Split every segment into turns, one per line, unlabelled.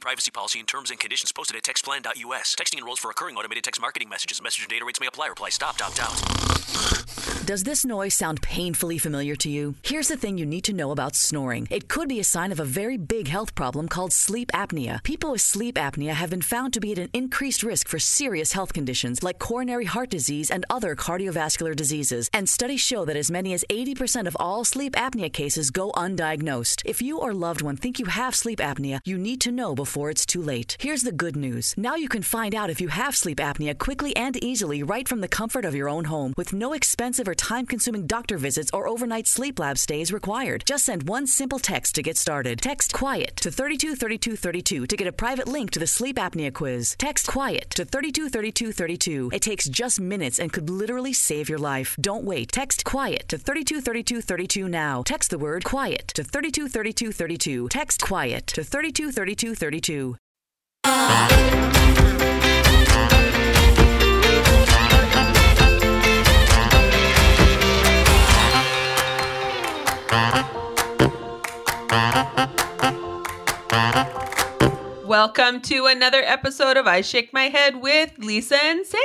privacy policy and terms and conditions posted at textplan.us. Texting enrolls for recurring automated text marketing messages. Message and data rates may apply. Reply stop, opt out.
Does this noise sound painfully familiar to you? Here's the thing you need to know about snoring. It could be a sign of a very big health problem called sleep apnea. People with sleep apnea have been found to be at an increased risk for serious health conditions like coronary heart disease and other cardiovascular diseases. And studies show that as many as 80% of all sleep apnea cases go undiagnosed. If you or loved one think you have sleep apnea, you need to know before it's too late. Here's the good news. Now you can find out if you have sleep apnea quickly and easily right from the comfort of your own home with no expensive or time consuming doctor visits or overnight sleep lab stays required. Just send one simple text to get started. Text quiet to 323232 to get a private link to the sleep apnea quiz. Text quiet to 323232. It takes just minutes and could literally save your life. Don't wait. Text quiet to 323232 now. Text the word quiet to 323232. Text quiet to 323232.
Welcome to another episode of I Shake My Head with Lisa and Sam.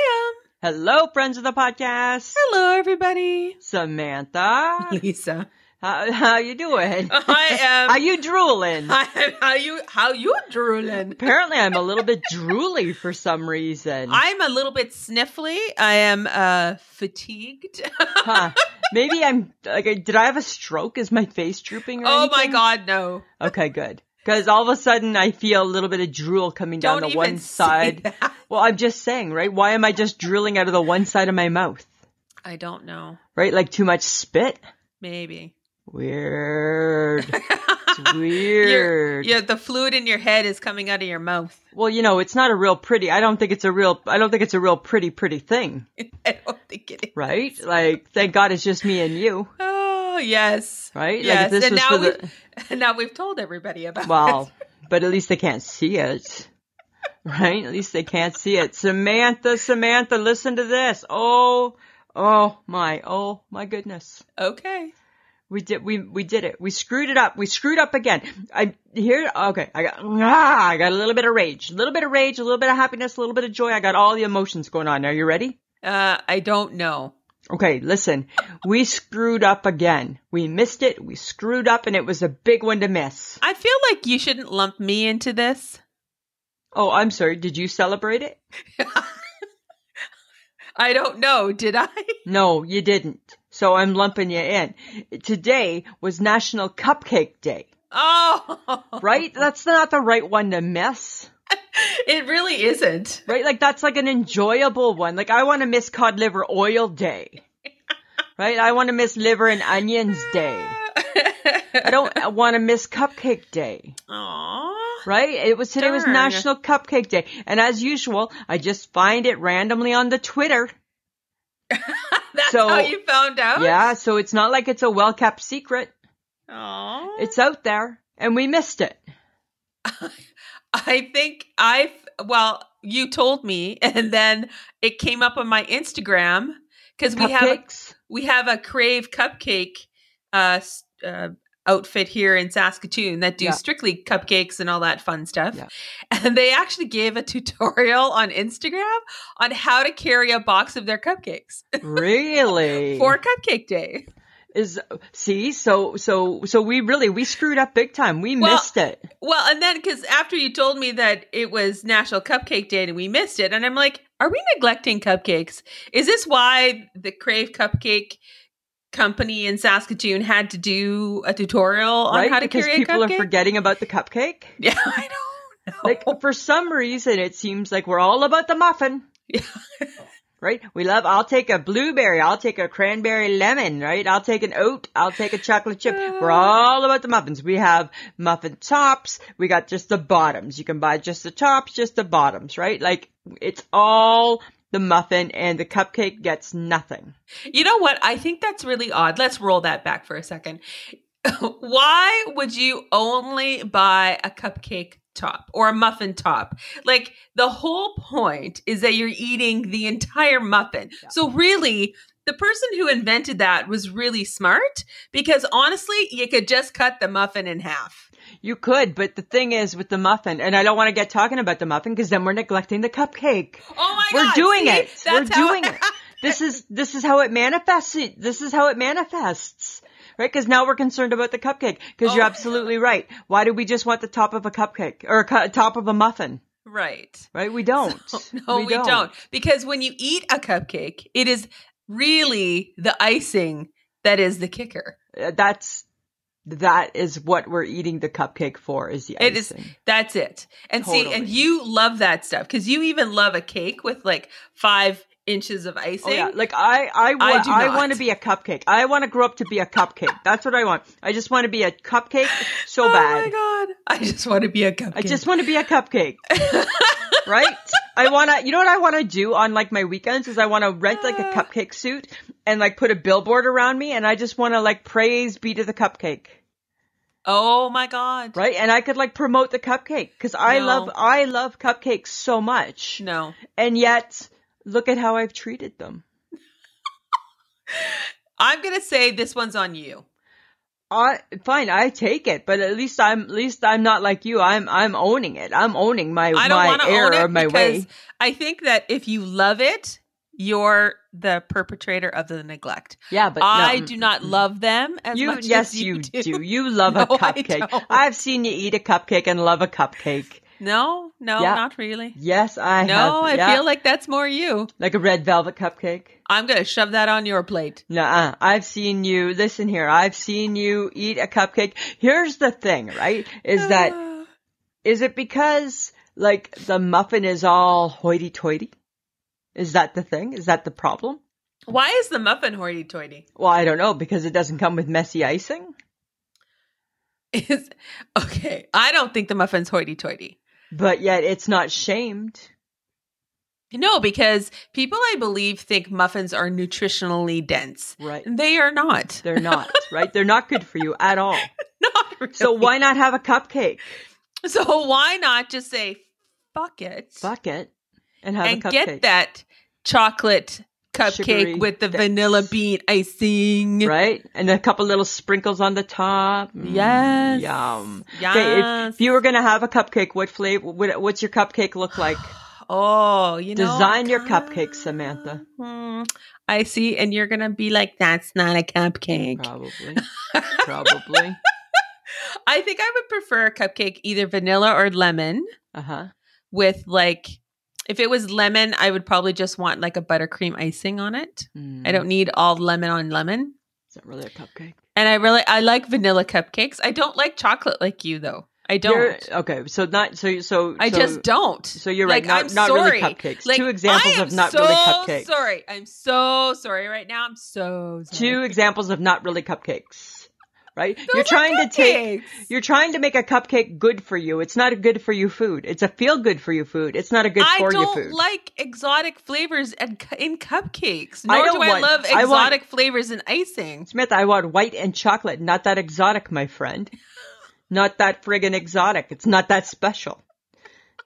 Hello, friends of the podcast.
Hello, everybody.
Samantha.
Lisa,
how, how you doing?
I am.
Are you drooling?
I am how you? How you drooling?
Apparently, I'm a little bit drooly for some reason.
I'm a little bit sniffly. I am uh fatigued.
Huh. Maybe I'm like, did I have a stroke? Is my face drooping? Or
oh my
anything?
god, no!
Okay, good. Because all of a sudden, I feel a little bit of drool coming down
Don't
the
even
one
say
side.
that.
Well, I'm just saying, right? Why am I just drooling out of the one side of my mouth?
I don't know.
Right, like too much spit.
Maybe
Weird. It's
Your-
weird.
your- the fluid in your head is coming out of your mouth.
Well, you know, it's not a real pretty. I don't think it's a real. I don't think it's a real pretty, pretty thing,
I don't think it is.
right? Like, thank God it's just me and you,
Oh yes,
right?
Yes,
Like, if this
and
was
now
for the-
we now we've told everybody about.
well, but at least they can't see it, right? At least they can't see it. Samantha, Samantha, listen to this. Oh, oh my, oh my goodness.
it. okay.
We did, we we did it. We screwed it up. We screwed up again. I here. Okay, I got, ah, I got a little bit of rage, a little bit of rage, a little bit of happiness, a little bit of joy. I got all the emotions going on. Are you ready?
Uh, I don't know.
Okay, listen, we screwed up again. We missed it, we screwed up, and it was a big one to miss.
I feel like you shouldn't lump me into this.
Oh, I'm sorry, did you celebrate it?
I don't know. Did I?
No, you didn't. So I'm lumping you in. Today was National Cupcake Day,
Oh,
right? That's not the right one to miss.
It really isn't.
Right? Like that's like an enjoyable one. Like I want to miss cod liver oil day. Right? I want to miss liver and onions day. I don't want to miss cupcake day.
Aw.
Right? It was today was
Darn.
National Cupcake Day. And as usual, I just find it randomly on the Twitter.
That's
So-
how you found out.
Yeah, so it's not like it's a well kept secret.
Aw.
It's out there and we missed it.
I think I. Well, you told me, and then it came up on my Instagram because we have
Cupcakes.
we have a crave cupcake uh, s- uh outfit here in Saskatoon that do
Yeah.
strictly cupcakes and all that fun stuff.
Yeah.
And they actually gave a tutorial on Instagram on how to carry a box of their cupcakes
really?
for Cupcake Day.
is see, so so so we really we screwed up big time. We
Well,
missed it.
Well, and then because after you told me that it was National Cupcake Day and we missed it, and I'm like, are we neglecting cupcakes? Is this why the Crave Cupcake Company in Saskatoon had to do a tutorial on
right?
how to
because
carry a
people
cupcake?
are forgetting about the cupcake.
Yeah, I don't know.
Like for some reason it seems like we're all about the muffin.
Yeah.
Right? We love I'll take a blueberry, I'll take a cranberry lemon, right? I'll take an oat, I'll take a chocolate chip. We're all about the muffins. We have muffin tops, we got just the bottoms. You can buy just the tops, just the bottoms, right? Like it's all the muffin and the cupcake gets nothing.
you know what? I think that's really odd. Let's roll that back for a second. Why would you only buy a cupcake top or a muffin top. Like the whole point is that you're eating the entire muffin.
Yeah.
So really, the person who invented that was really smart because honestly, you could just cut the muffin in half.
You could, but the thing is with the muffin, and I don't want to get talking about the muffin because then we're neglecting the cupcake.
Oh my
we're
god.
doing
see?
it. We're
That's how-
doing it. This is this is how it manifests. This is how it manifests. Right? Because now we're concerned about the cupcake. Because you're
Oh.
absolutely right. Why do we just want the top of a cupcake or a cu- top of a muffin?
Right.
Right? We don't.
No, we, don't. Because when you eat a cupcake, it is really the icing that is the kicker.
Uh, That's that is what we're eating the cupcake for. Is the
It is
icing.
that's it. And see, and
Totally.
you love that stuff because you even love a cake with like five inches of icing.
Oh, yeah. Like I, I, wa-
I do
I,
not.
want to be a cupcake. I want to grow up to be a cupcake. That's what I want. I just want to be a cupcake so
oh my
bad.
god! I just want to be a cupcake.
I just want to be a cupcake. right? I want to, you know what I want to do on like my weekends is I want to rent like a
Uh.
cupcake suit and like put a billboard around me and I just want to like praise be to the cupcake.
Oh my god!
Right? And I could like promote the cupcake because I
No.
love, I love cupcakes so much.
No.
And yet look at how I've treated them.
I'm gonna say this one's on you.
I fine, I take it, but at least I'm at least I'm not like you. I'm I'm owning it. I'm owning my
I don't
my
want to own
error,
it
my
because
way.
I think that if you love it, you're the perpetrator of the neglect.
Yeah, but no,
I
mm,
do not love them as
You
much
yes,
as
you,
you,
do. You love a
No, I
cupcake.
don't.
I've seen you eat a cupcake and love a cupcake.
No, no,
Yeah.
not really.
Yes, I have.
no, I
yeah.
feel like that's more you.
like a red velvet cupcake.
I'm gonna shove that on your plate.
Nuh-uh. I've seen you, listen here, I've seen you eat a cupcake. Here's the thing, right? Is that, is it because, like, the muffin is all hoity-toity? Is that the thing? Is that the problem?
Why is the muffin hoity-toity?
Well, I don't know, because it doesn't come with messy icing.
Is okay. I don't think the muffin's hoity-toity.
But yet it's not shamed.
No, because people I believe think muffins are nutritionally dense.
Right.
They are not.
They're not, right? They're not good for you at all.
not really.
So why not have a cupcake
So why not just say fuck it
bucket and have
and
a cupcake?
get that chocolate cupcake
Sugary Mm,
with the
bits.
vanilla bean icing?
Right? And a couple little sprinkles on the top. Mm,
Yes.
Yum. Okay, if,
Yes.
if you were gonna have a cupcake, what flavor? What, what's your cupcake look like?
Oh, you know.
Design your
God.
cupcake, Samantha.
Hmm. I see. And you're going to be like, that's not a cupcake.
Probably, probably.
I think I would prefer a cupcake either vanilla or lemon
Uh huh.
with like, if it was lemon, I would probably just want like a buttercream icing on it.
Mm.
I don't need all lemon on lemon.
It's not really a cupcake.
And I really, I like vanilla cupcakes. I don't like chocolate like you though. I don't.
You're- okay, so not so so.
I
so-
just don't.
So you're
Like,
right. Not,
I'm
not really
sorry.
cupcakes.
Like,
Two examples
I am
of not
so
really cupcakes.
Sorry, I'm so sorry. Right now, I'm so sorry.
Two examples of not really cupcakes. Right?
Those
you're
are
trying to take
cupcakes.
You're trying to make a cupcake good for you. It's not a good for you food. It's a feel good for you food. It's not a good
I
for you
don't
food.
like exotic flavors and cu- in cupcakes.
I
Nor
don't
do I
want-
love
I
exotic
want-
flavors in icing.
Smith, I want white and chocolate. Not that exotic, my friend. Not that friggin' exotic. It's not that special.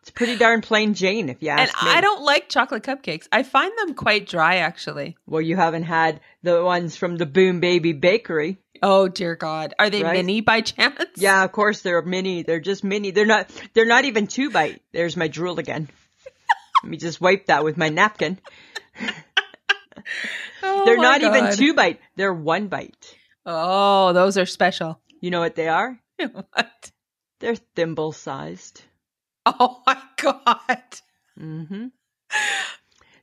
It's pretty darn plain Jane, if you
And
ask me.
I don't like chocolate cupcakes. I find them quite dry, actually.
Well, you haven't had the ones from the Boom Baby Bakery.
Oh dear God, are they
Right?
mini by chance?
Yeah, of course they're mini. They're just mini. They're not. They're not even two bite. There's my drool again. Let me just wipe that with my napkin.
Oh,
They're
my
not even
God.
two bite. They're one bite.
Oh, those are special.
You know what they are?
what?
They're thimble sized.
Oh my God.
Mm-hmm.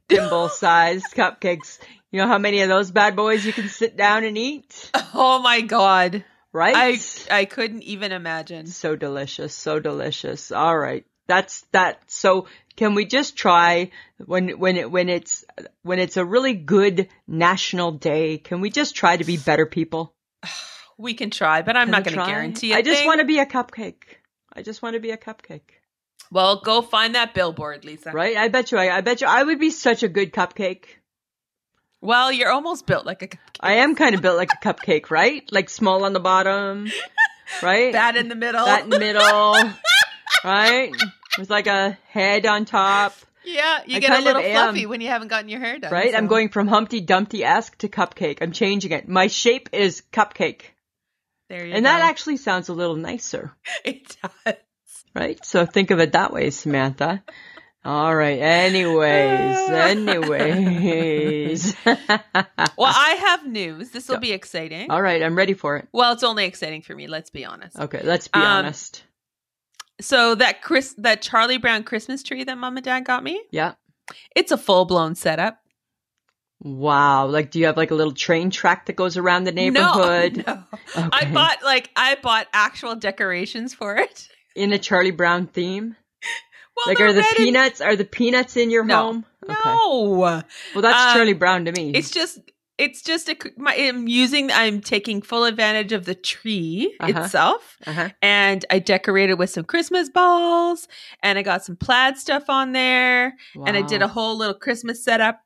Thimble sized cupcakes. You know how many of those bad boys you can sit down and eat?
Oh my God.
Right?
I I couldn't even imagine.
so delicious, so delicious. All right. That's that. So can we just try when when it when it's when it's a really good national day? Can we just try to be better people?
We can try, but I'm
Can
not
we
going to
try?
guarantee it.
I just want to be a cupcake. I just want to be a cupcake.
Well, go find that billboard, Lisa.
Right? I bet you. I, I bet you. I would be such a good cupcake.
Well, you're almost built like a cupcake.
I am kind of built like a cupcake, right? Like small on the bottom, right?
That in the middle.
That middle. right? It was like a head on top,
Yeah, you
I
get a
kind
little
of am.
fluffy when you haven't gotten your hair done.
right? I'm
so-
going from Humpty Dumpty esque to cupcake. I'm changing it. My shape is cupcake.
There you
And that
go.
actually sounds a little nicer,
it does.
right? So think of it that way, Samantha. All right. Anyways, anyways.
Well, I have news. This will be exciting.
All right. I'm ready for it.
Well, it's only exciting for me. Let's be honest.
Okay. Let's be
Um,
honest.
So that Chris, that Charlie Brown Christmas tree that Mom and Dad got me,
Yeah.
it's a full blown setup.
Wow. Like, do you have like a little train track that goes around the neighborhood?
No, no.
Okay.
I bought like I bought actual decorations for it.
in a Charlie Brown theme.
Well,
like,
they're
are the
red and-
peanuts? Are the peanuts in your
No.
home?
No,
Well, that's
Um,
Charlie Brown to me.
it's just it's just a. c- My, I'm using. I'm taking full advantage of the tree
Uh-huh.
itself.
uh-huh.
and I decorated with some Christmas balls and I got some plaid stuff on there and I did a
Wow.
whole little Christmas setup.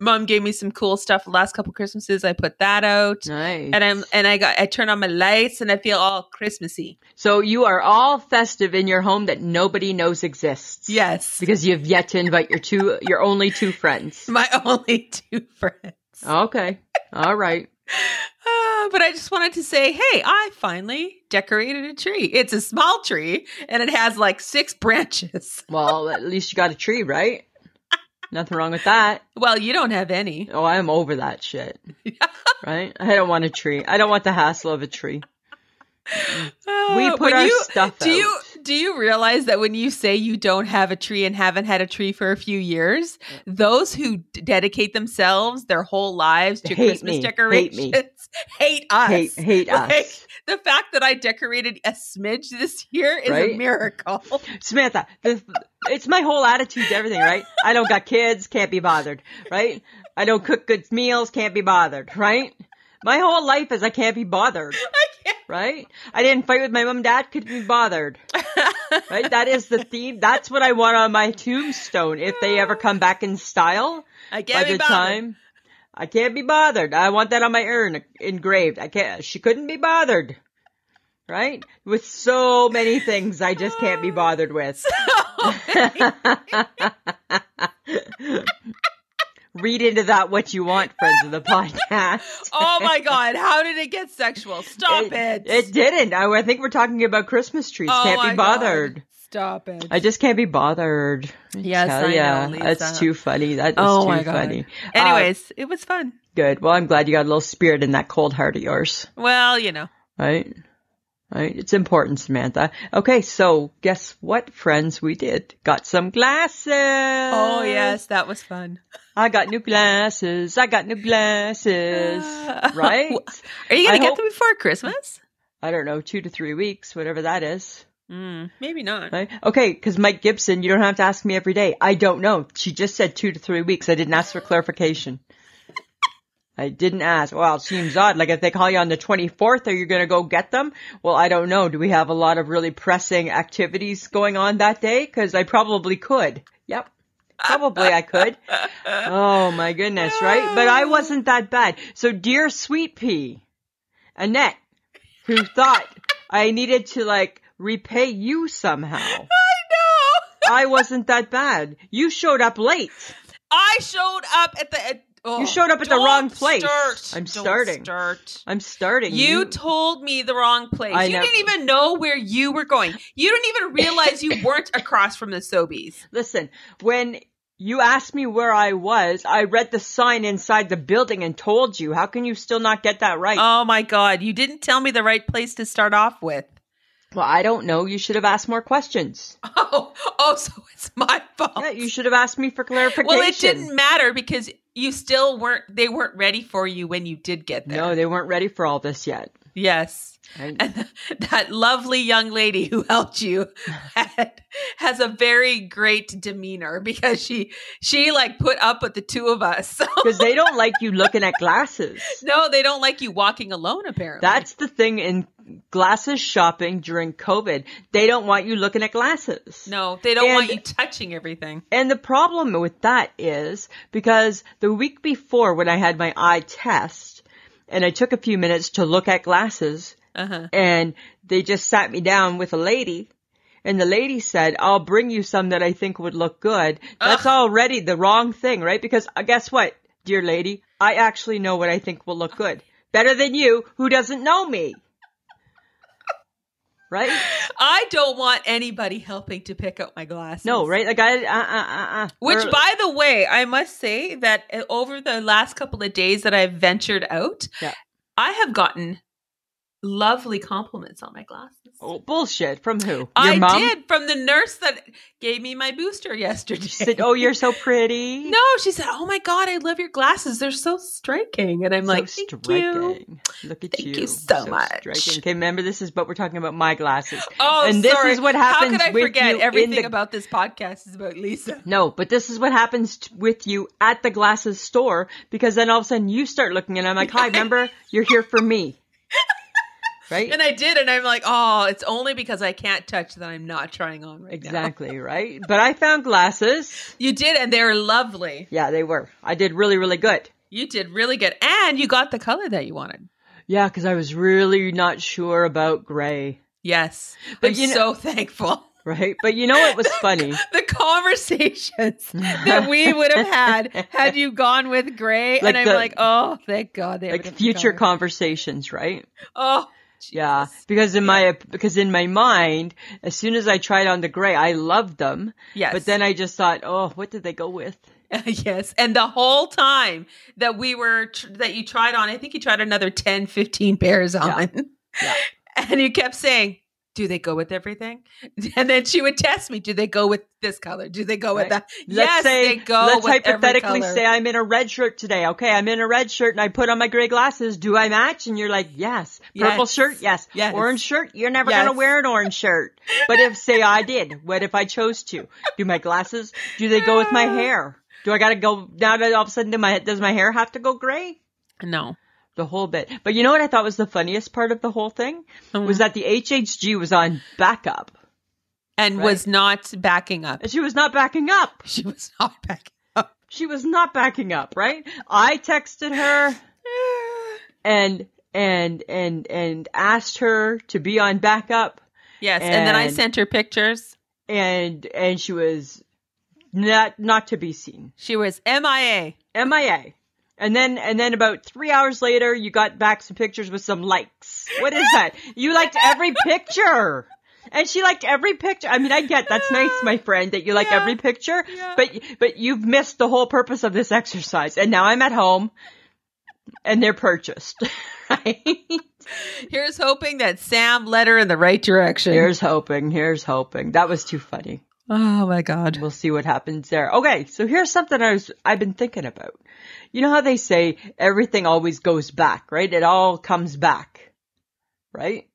Mom gave me some cool stuff the last couple Christmases. I put that out.
nice.
And I'm and I got I turn on my lights and I feel all Christmassy.
so you are all festive in your home that nobody knows exists.
Yes.
because you've yet to invite your two your only two friends.
My only two friends.
Okay. All right.
Ah, but I just wanted to say, hey, I finally decorated a tree. It's a small tree and it has like six branches.
Well, at least you got a tree, right? Nothing wrong with that.
Well, you don't have any.
Oh, I'm over that shit. Right? I don't want a tree. I don't want the hassle of a tree. We
Uh,
put
when
our
you-
stuff
Do you
out.
do you realize that when you say you don't have a tree and haven't had a tree for a few years, those who d- dedicate themselves their whole lives to
Hate
Christmas
me, hate
decorations
me.
hate us?
Hate hate
Like,
us.
The fact that I decorated a smidge this year is a
Right?
miracle.
Samantha, the, it's my whole attitude to everything, right? I don't got kids, can't be bothered, right? I don't cook good meals, can't be bothered, right? My whole life is I can't be bothered, right? I didn't fight with my mom and dad, could be bothered, right? That is the theme. That's what I want on my tombstone if they ever come back in style
I
by
can't
the
be bothered.
time. I can't be bothered. I want that on my urn engraved. I can't. She couldn't be bothered, right? With so many things, I just can't be bothered with. Read into that what you want, friends of the podcast.
oh my god! How did it get sexual? Stop it!
It, it didn't. I, I think we're talking about Christmas trees.
Oh
can't
my
be bothered.
God. Stop it!
I just can't be bothered.
Yes,
Hell
I know,
yeah.
Lisa.
That's too funny. That is
oh
too
my god!
funny. Uh,
Anyways, it was fun.
good. Well, I'm glad you got a little spirit in that cold heart of yours.
Well, you know.
Right? Right? It's important, Samantha. Okay, so guess what, friends? We did. Got some glasses. Uh,
Oh yes, that was fun.
I got new glasses. I got new glasses. Right?
Are you gonna
I
get
hope-
them before Christmas?
I don't know, two to three weeks, whatever that is.
Mm, maybe not.
Right? Okay, because Mike Gibson, you don't have to ask me every day. I don't know. She just said two to three weeks. I didn't ask for clarification. I didn't ask. Well, it seems odd. Like if they call you on the 24th, are you going to go get them? Well, I don't know. Do we have a lot of really pressing activities going on that day? Because I probably could. Yep. Probably I could. Oh my goodness, right? But I wasn't that bad. So dear sweet pea, Annette, who thought I needed to like repay you somehow.
No,
I wasn't that bad. You showed up late.
I showed up at the. At, oh,
You showed up at the
don't
wrong place.
Start.
I'm
Don't
starting.
Start.
I'm starting.
You, told me the wrong place.
I
you
nev-
didn't even know where you were going. You didn't even realize you weren't across from the Sobies.
listen. When you asked me where I was, I read the sign inside the building and told you. How can you still not get that right?
Oh my god, you didn't tell me the right place to start off with.
well, I don't know. You should have asked more questions.
Oh, oh, so it's my fault.
Yeah, you should have asked me for clarification.
well, it didn't matter because you still weren't. They weren't ready for you when you did get there.
No, they weren't ready for all this yet.
Yes.
Right?
And that lovely young lady who helped you had, has a very great demeanor because she she like put up with the two of us. So
because they don't like you looking at glasses.
no, they don't like you walking alone apparently.
That's the thing in glasses shopping during COVID. They don't want you looking at glasses.
no, they don't want
and-
you touching everything.
And the problem with that is because the week before when I had my eye test and I took a few minutes to look at glasses
Uh-huh.
and they just sat me down with a lady and the lady said, I'll bring you some that I think would look good. That's already the wrong thing, right? Because uh, guess what, dear lady? I actually know what I think will look good. Better than you, who doesn't know me. Right?
I don't want anybody helping to pick out my glasses.
No, right? Like I, uh, uh, uh, uh.
Which,
Or-
by the way, I must say that uh, over the last couple of days that I've ventured out,
Yeah.
I have gotten lovely compliments on my glasses.
oh, bullshit. From who? Your
I
mom?
did from the nurse that gave me my booster yesterday.
Said, oh, you're so pretty.
no, she said, "Oh my god, I love your glasses. They're so striking." And I'm like,
so
"Thank you."
striking. Look at
Thank you
you
so much.
Striking. Okay, remember this is what we're talking about. My glasses.
Oh,
and this
sorry.
is what
How
happens.
could I
with you
forget
in
everything
the-
about this podcast is about Lisa?
No, but this is what happens t- with you at the glasses store because then all of a sudden you start looking and I'm like, hi, remember you're here for me, right?
And I did, and I'm like, "Oh, it's only because I can't touch that I'm not trying on right now."
exactly, right? But I found glasses.
You did, and they were lovely.
Yeah, they were. I did really, really good.
You did really good, and you got the color that you wanted.
Yeah, because I was really not sure about gray,
Yes,
But
I'm
you know-
so thankful.
right? But you know what was funny?
The conversations that we would have had had you gone with Gray,
Like
and I'm
the-
like, oh, thank God, they have a
Like
different
future
color.
conversations, right?
oh,
Yeah, because in my because in my mind, as soon as I tried on the gray, I loved them.
Yes.
But then I just thought, oh, what did they go with?
yes. And the whole time that we were tr- that you tried on, I think you tried another 10, 15 pairs on,
Yeah.
and you kept saying. Do they go with everything? And then she would test me. Do they go with this color? Do they go with
Right.
Oh, that?
Let's
yes,
say,
they go.
Let's
with every
hypothetically
color.
say I'm in a red shirt today. Okay, I'm in a red shirt and I put on my gray glasses. Do I match? And you're like, yes. Purple
Yes.
shirt, yes.
Yes.
Orange shirt, you're never
Yes.
gonna wear an orange shirt. But if say I did, what if I chose to? Do my glasses? Do they go with my hair? Do I gotta go now? that All of a sudden, do my does my hair have to go gray?
no.
the whole bit. But you know what I thought was the funniest part of the whole thing was
Hmm.
that the HHG was on backup.
and was not backing up.
And she was not backing up.
She was not backing up.
She was not backing up, right? I texted her and and and and asked her to be on backup
Yes, and, then I
And-
sent her pictures.
and and she was not not to be seen.
She was MIA.
MIA. And then and then about 3 hours later you got back some pictures with some likes. What is that? You liked every picture. And she liked every picture. I mean, I get that's nice, my friend, that you like every picture, but but you've missed the whole purpose of this exercise. And now I'm at home and they're purchased. Right?
Here's hoping that Sam led her in the right direction.
Here's hoping, here's hoping. That was too funny.
oh my god.
We'll see what happens there. Okay, so here's something I was I've been thinking about. You know how they say everything always goes back, right? It all comes back, right?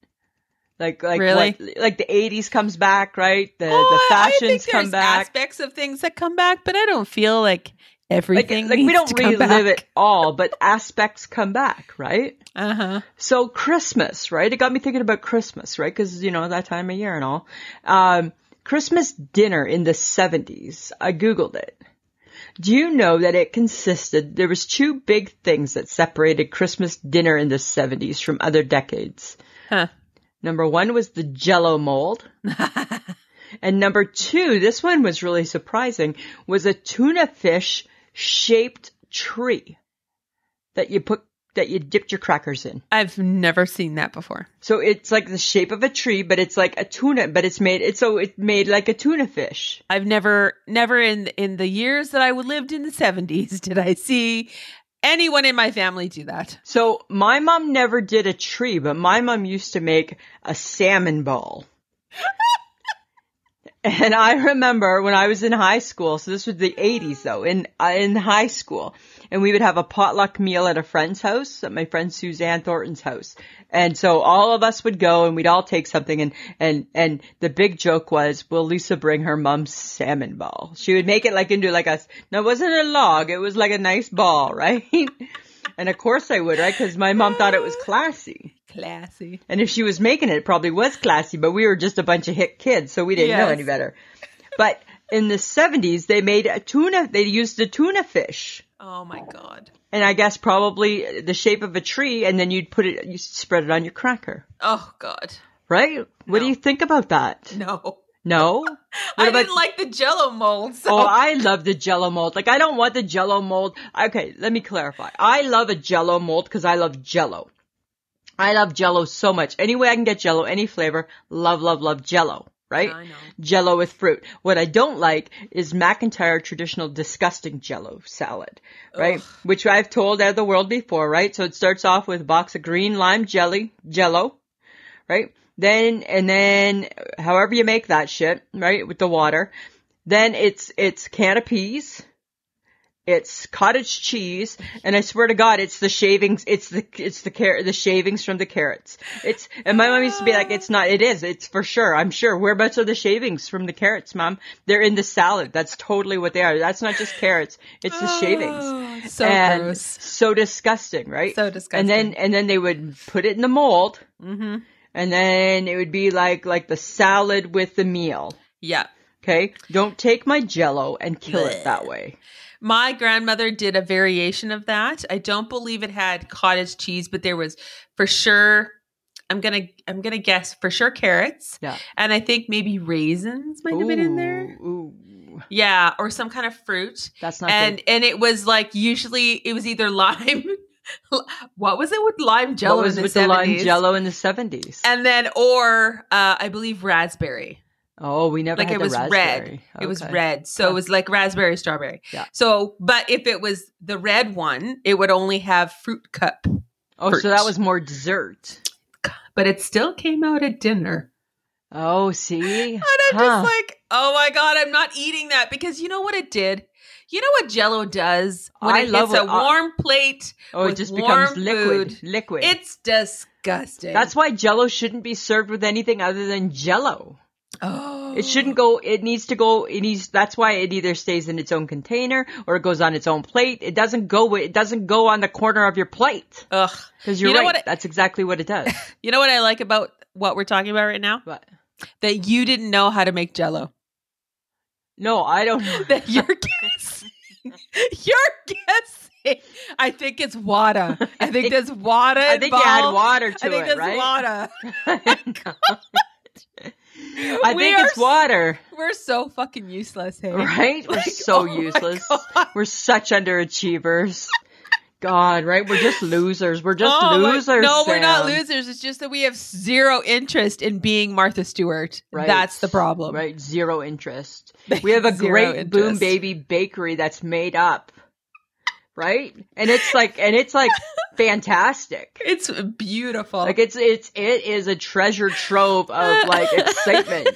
Like like
Really? Oh,
what, like the '80s comes back, right? The the
I- I
fashions
think
come
there's
back.
Aspects of things that come back, but I don't feel like
Like,
everything.
like we don't relive it all, but aspects come back, right?
Uh huh.
So Christmas, right? It got me thinking about Christmas, right? Because you know that time of year and all. Um, Christmas dinner in the seventies. I googled it. Do you know that it consisted? There was two big things that separated Christmas dinner in the seventies from other decades.
Huh.
Number one was the Jello mold, and number two, this one was really surprising, was a tuna fish shaped tree that you put that you dipped your crackers in.
I've never seen that before.
So it's like the shape of a tree, but it's like a tuna, but it's made it's so it made like a tuna fish.
I've never, never in in the years that I lived in the seventies did I see anyone in my family do that.
So my mom never did a tree, but my mom used to make a salmon ball. and I remember when I was in high school, so this was the 80s though, in uh, in high school, and we would have a potluck meal at a friend's house, at my friend Suzanne Thornton's house. And so all of us would go and we'd all take something and and and the big joke was, will Lisa bring her mom's salmon ball? She would make it like into like a no, it wasn't a log, it was like a nice ball, right? And of course I would, right? Because my mom thought it was classy.
Classy.
And if she was making it, it probably was classy, but we were just a bunch of hit kids, so we didn't know
Yes.
any better. But in the 70s, they made a tuna, they used a tuna fish.
Oh my god.
And I guess probably the shape of a tree, and then you'd put it, you spread it on your cracker,
Oh god.
right? What do
No.
you think about that?
No.
No. What
I
about-
didn't like the Jello mold. So
Oh, I love the jello mold. Like, I don't want the jello mold. Okay, let me clarify. I love a jello mold because I love jello. I love jello so much. Any way I can get jello, any flavor, love, love, love jello, right?
I know.
Jello with fruit. What I don't like is McIntyre traditional disgusting jello salad, right? Which I've told out of the world before, right? So it starts off with a box of green lime jelly, jello, right? Then, and then however you make that shit, right? With the water. Then it's, it's can of peas. It's cottage cheese. And I swear to God, it's the shavings. It's the, it's the car, the shavings from the carrots. It's, and my mom used to be like, it's not, it is, it's for sure. I'm sure. Whereabouts are the shavings from the carrots, mom? They're in the salad. That's totally what they are. That's not just carrots. It's the shavings
Oh, So
and
gross.
so disgusting, right?
So disgusting.
And then and then they would put it in the mold,
Mm-hmm.
and then it would be like like the salad with the meal.
Yeah.
Okay, don't take my Jello and kill it that way.
My grandmother did a variation of that. I don't believe it had cottage cheese, but there was for sure I'm gonna I'm gonna guess for sure carrots.
Yeah.
And I think maybe raisins might have been in there.
Ooh, ooh,
Yeah, or some kind of fruit.
that's not
and
good.
and it was like usually it was either lime what was it with lime jello
What was
in the
with the lime
70s?
Jello in the seventies?
and then or uh i believe raspberry
Oh, we never
like
had
it
the
was red
raspberry.
it was
Okay.
red so it was like raspberry strawberry
Yeah.
so but if it was the red one it would only have fruit cup
Oh,
fruit.
so that was more dessert.
but it still came out at dinner
Oh, see,
and i'm
Huh.
just like oh my god i'm not eating that because you know what it did you know what jello does when
I
it
love
hits a
what- I-
warm plate
oh, it
with
just
warm
becomes liquid.
food,
Liquid.
it's disgusting
That's why jello shouldn't be served with anything other than jello.
Oh.
It shouldn't go, it needs to go, it needs, that's why it either stays in its own container or it goes on its own plate. It doesn't go, with- it doesn't go on the corner of your plate.
Ugh.
Cause you're
You know
right.
what I-
that's exactly what it does.
You know what I like about what we're talking about right now?
but
That you didn't know how to make jello.
no, I don't
That you're guessing. you're guessing. I think it's water. I think there's water.
I think you add
involved.
water to
I think
it,
there's
right?
water.
I
We
think
are
it's
s-
water,
We're so fucking useless, hey?
right? We're
Like,
so
oh my
useless.
God.
We're such underachievers. God, right? We're just losers. We're just
Oh my-
losers.
no, we're not
Sam.
losers. It's just that we have zero interest in being Martha Stewart. That's the problem.
Right. Zero interest. We have a
Zero
great Boom
interest.
Baby bakery that's made up. Right? And it's like and it's like fantastic.
It's beautiful.
Like it's it's it is a treasure trove of like excitement.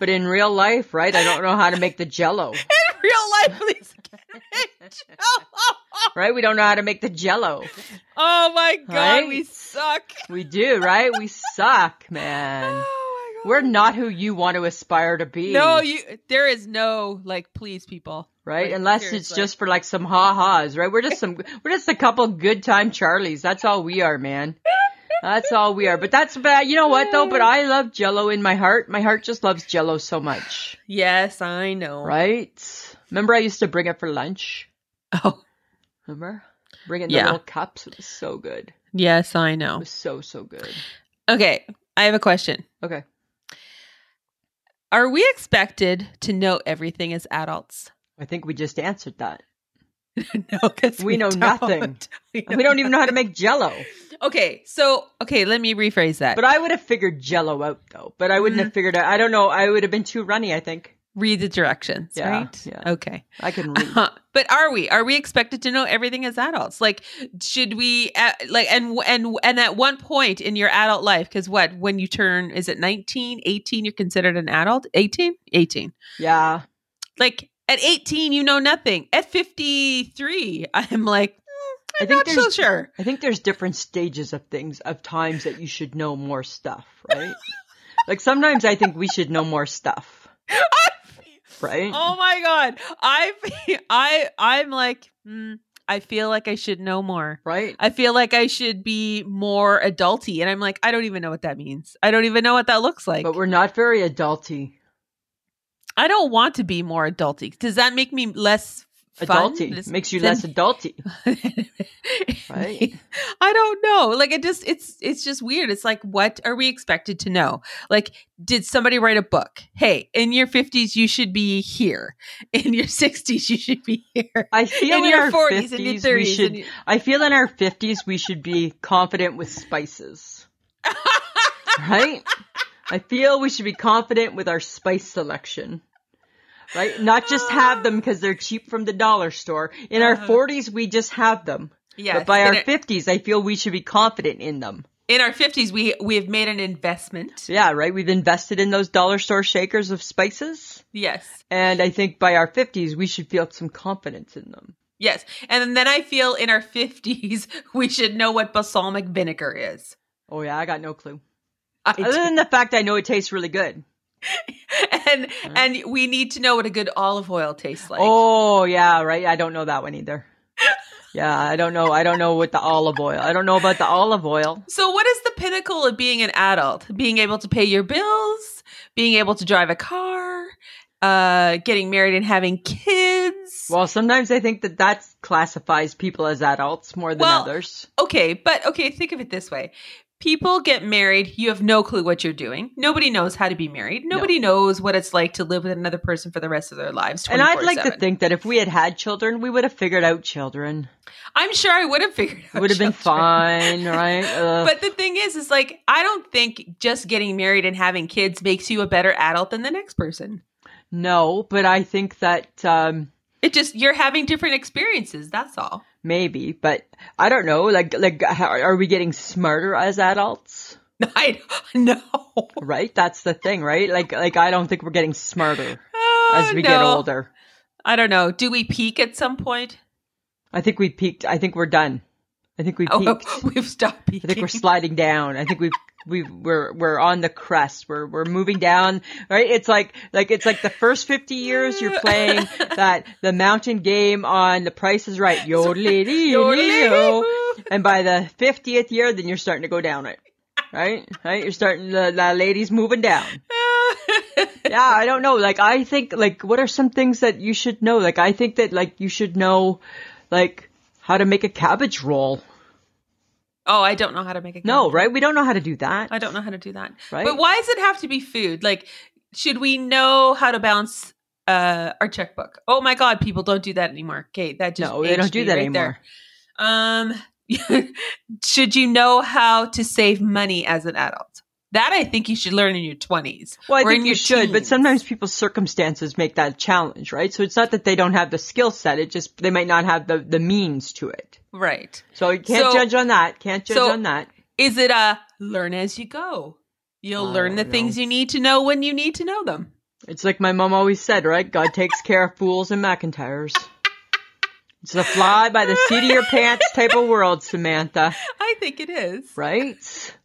But in real life, right? I don't know how to make the jello.
in real life, Lisa can't make jello.
Right? We don't know how to make the jello.
Oh my god,
Right?
we suck.
We do, right? We suck, man.
Oh my god.
We're not who you want to aspire to be.
no, you there is no like please people.
right?
Like,
Unless it's
seriously.
just for like some ha ha's, right? We're just some, we're just a couple good time Charlies. That's all we are, man. That's all we are. But that's bad. You know what though? But I love Jello in my heart. My heart just loves Jello so much,
Yes, I know.
right? Remember, I used to bring it for lunch.
Oh.
Remember, bring it in the
Yeah. Oh.
little cups. It was so good.
Yes, I
It
know.
was so so good.
Okay, I have a question.
Okay.
Are we expected to know everything as adults?
I think we just answered that.
no, because
We know nothing. We don't even know how to make jello.
Okay, so okay, let me rephrase that.
But I would have figured jello out though. But I
Mm-hmm.
wouldn't have figured out. I don't know. I would have been too runny, I think.
Read the directions,
Yeah,
right?
yeah.
Okay.
I can read.
Uh-huh. But are we? Are we expected to know everything as adults? Like, should we? Uh, like, and and and at one point in your adult life, because what when you turn is it 19, 18, you're considered an adult. 18? 18.
Yeah.
Like at eighteen, you know nothing. At fifty three, I'm like,
I
mm, I'm
think
not so
there's-
sure.
I think there's different stages of things, of times that you should know more stuff, right? like sometimes I think we should know more stuff, right?
oh my god, I I I'm like, mm, I feel like I should know more.
Right?
I feel like I should be more adulty, and I'm like, I don't even know what that means. I don't even know what that looks like.
But we're not very adulty.
I don't want to be more adulty. Does that make me less fun.
adulty
It's-
makes you
then-
less adulty. Right.
I don't know. Like it just it's it's just weird. It's like what are we expected to know? Like did somebody write a book? Hey, in your 50s you should be here. In your 60s you should be here.
I feel
In
in,
your
our
40s,
50s,
in your
we
30s,
should.
in your-
I feel in our 50s we should be confident with spices. right? I feel we should be confident with our spice selection. Right? Not just have them because they're cheap from the dollar store. In our 40s we just have them.
Uh-huh. Yes.
But by our
in,
50s I feel we should be confident in them.
in our 50s we we have made an investment.
Yeah, right? We've invested in those dollar store shakers of spices.
Yes.
And I think by our 50s we should feel some confidence in them.
Yes. And then I feel in our 50s we should know what balsamic vinegar is.
Oh yeah, I got no clue.
I
Other than the fact I know it tastes really good.
and and we need to know what a good olive oil tastes like.
Mm-hmm. oh yeah, right. I don't know that one either. yeah, I don't know. I don't know what the olive oil. I don't know about the olive oil.
So, what is the pinnacle of being an adult? Being able to pay your bills, being able to drive a car, uh, getting married and having kids.
Well, sometimes I think that that classifies people as adults more than
Well,
others.
okay, but okay, think of it this way. People get married, you have no clue what you're doing. Nobody knows how to be married. Nobody knows what it's like to live with another person for the rest of their lives.
And I'd like to
24/7.
think that if we had had children, we would have figured out children.
I'm sure I would have figured
It
out.
would have been
children.
fine, right? Uh, Ugh.
But the thing is, is like, I don't think just getting married and having kids makes you a better adult than the next person.
no, but I think that um,
It just you're having different experiences. That's all.
maybe. But I don't know. Like, like, how, are we getting smarter as adults?
I no.
Right? That's the thing, right? Like, like I don't think we're getting smarter as we
Oh,
get
no.
older.
I don't know. Do we peak at some point?
I think we peaked. I think we're done. I think we peaked.
Oh, we've stopped
I
peaking.
think we're sliding down. I think we've we've we're we're on the crest. We're we're moving down. Right? It's like like it's like the first fifty years you're playing that the mountain game on The Price is Right. Yodelady, yo.
Yodelady-oo.
And by the fiftieth year, then you're starting to go down it. Right? Right? You're starting the, the lady's moving down. yeah, I don't know. Like, I think, like, what are some things that you should know? Like, I think that, like, you should know, like, how to make a cabbage roll.
oh, I don't know how to make a
No,
cake.
right? We don't know how to do that.
I don't know how to do that.
Right?
But why does it have to be food? Like, should we know how to balance uh, our checkbook? Oh my God, people don't do that anymore. Okay, that just
No, they don't
aged
do
me
that
right
anymore.
there. Um, should you know how to save money as an adult? That I think you should learn in your twenties.
Well, I think you should, but sometimes people's circumstances make that a challenge, right? So it's not that they don't have the skill set; it just they might not have the the means to it.
right?
So you
So-
can't judge on that. Can't judge
so-
on that.
Is it a learn as you go? You'll
I
learn the
don't
things
know.
you need to know when you need to know them.
It's like my mom always said, right? God takes care of fools and McIntyres. It's a fly by the seat of your pants type of world, Samantha.
I think it is.
right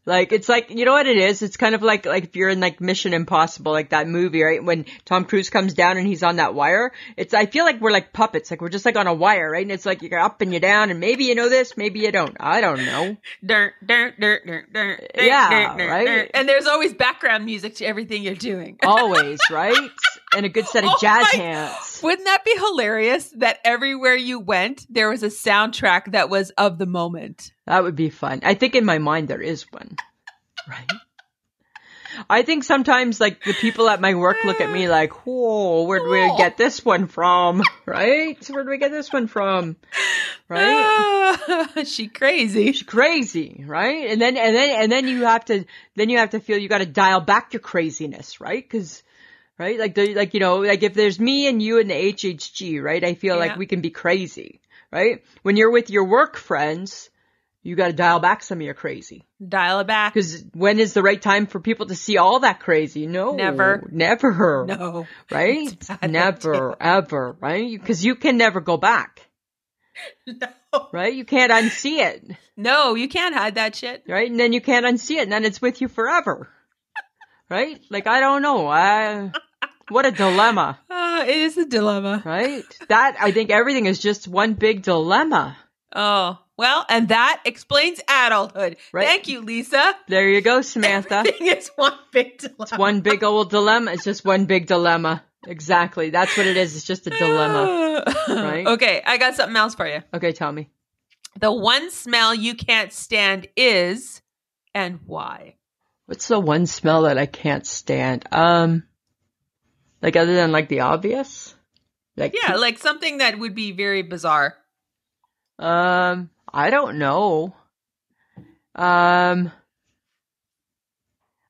like it's like you know what it is it's kind of like like if you're in like mission impossible like that movie right when tom cruise comes down and he's on that wire it's i feel like we're like puppets like we're just like on a wire right and it's like you're up and you're down and maybe you know this maybe you don't i don't know
Dirt, dirt, dirt, dirt, dirt.
Yeah,
dirt, dirt,
right?
dirt. And there's always background music to everything you're doing.
always right and a good set of
Oh
jazz
my-
hands
Wouldn't that be hilarious that everywhere you went, there was a soundtrack that was of the moment?
that would be fun i think in my mind there is one right I think sometimes like the people at my work look at me like, whoa, where'd we get this one from? Right? Where'd we get this one from? Right?
she crazy.
She's crazy, right? And then and then and then you have to then you have to feel you got to dial back your craziness, right? Because right, like the like you know like if there's me and you and the HHG, right? I feel
Yeah.
like we can be crazy, right? When you're with your work friends, you got to dial back some of your crazy.
Dial it back.
Because when is the right time for people to see all that crazy? No,
Never.
never,
No.
right?
It's a bad
Never, ever, right? Because you can never go back, right? You can't unsee it.
No, you can't hide that shit.
right? And then you can't unsee it, and then it's with you forever, right? Like I don't know, I, what a dilemma,
Ah, it is a dilemma.
right? That I think everything is just one big dilemma.
Oh, well, and that explains adulthood.
Right.
Thank you, Lisa.
There you go, Samantha.
Everything is one big dilemma.
It's one big old dilemma. It's just one big dilemma. Exactly. That's what it is. It's just a dilemma. Right?
Okay, I got something else for you.
Okay, tell me.
The one smell you can't stand is and why?
What's the one smell that I can't stand? Um, like other than like the obvious, like
Yeah, like something that would be very bizarre.
Um, I don't know. Um,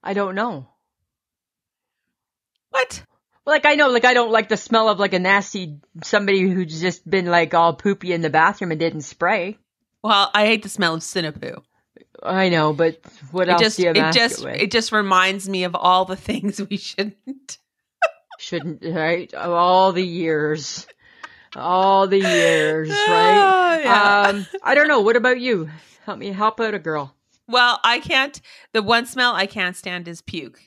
I don't know.
What?
Like I know, like I don't like the smell of like a nasty somebody who's just been like all poopy in the bathroom and didn't spray.
Well, I hate the smell of cinnapoo.
I know, but what
It
else
just
do you
it
mask it
just
with?
it just reminds me of all the things we shouldn't.
Shouldn't right? Of all the years, all the years, right?
Oh, yeah.
Um, I don't know. What about you? Help me help out a girl.
well, I can't the one smell I can't stand is puke.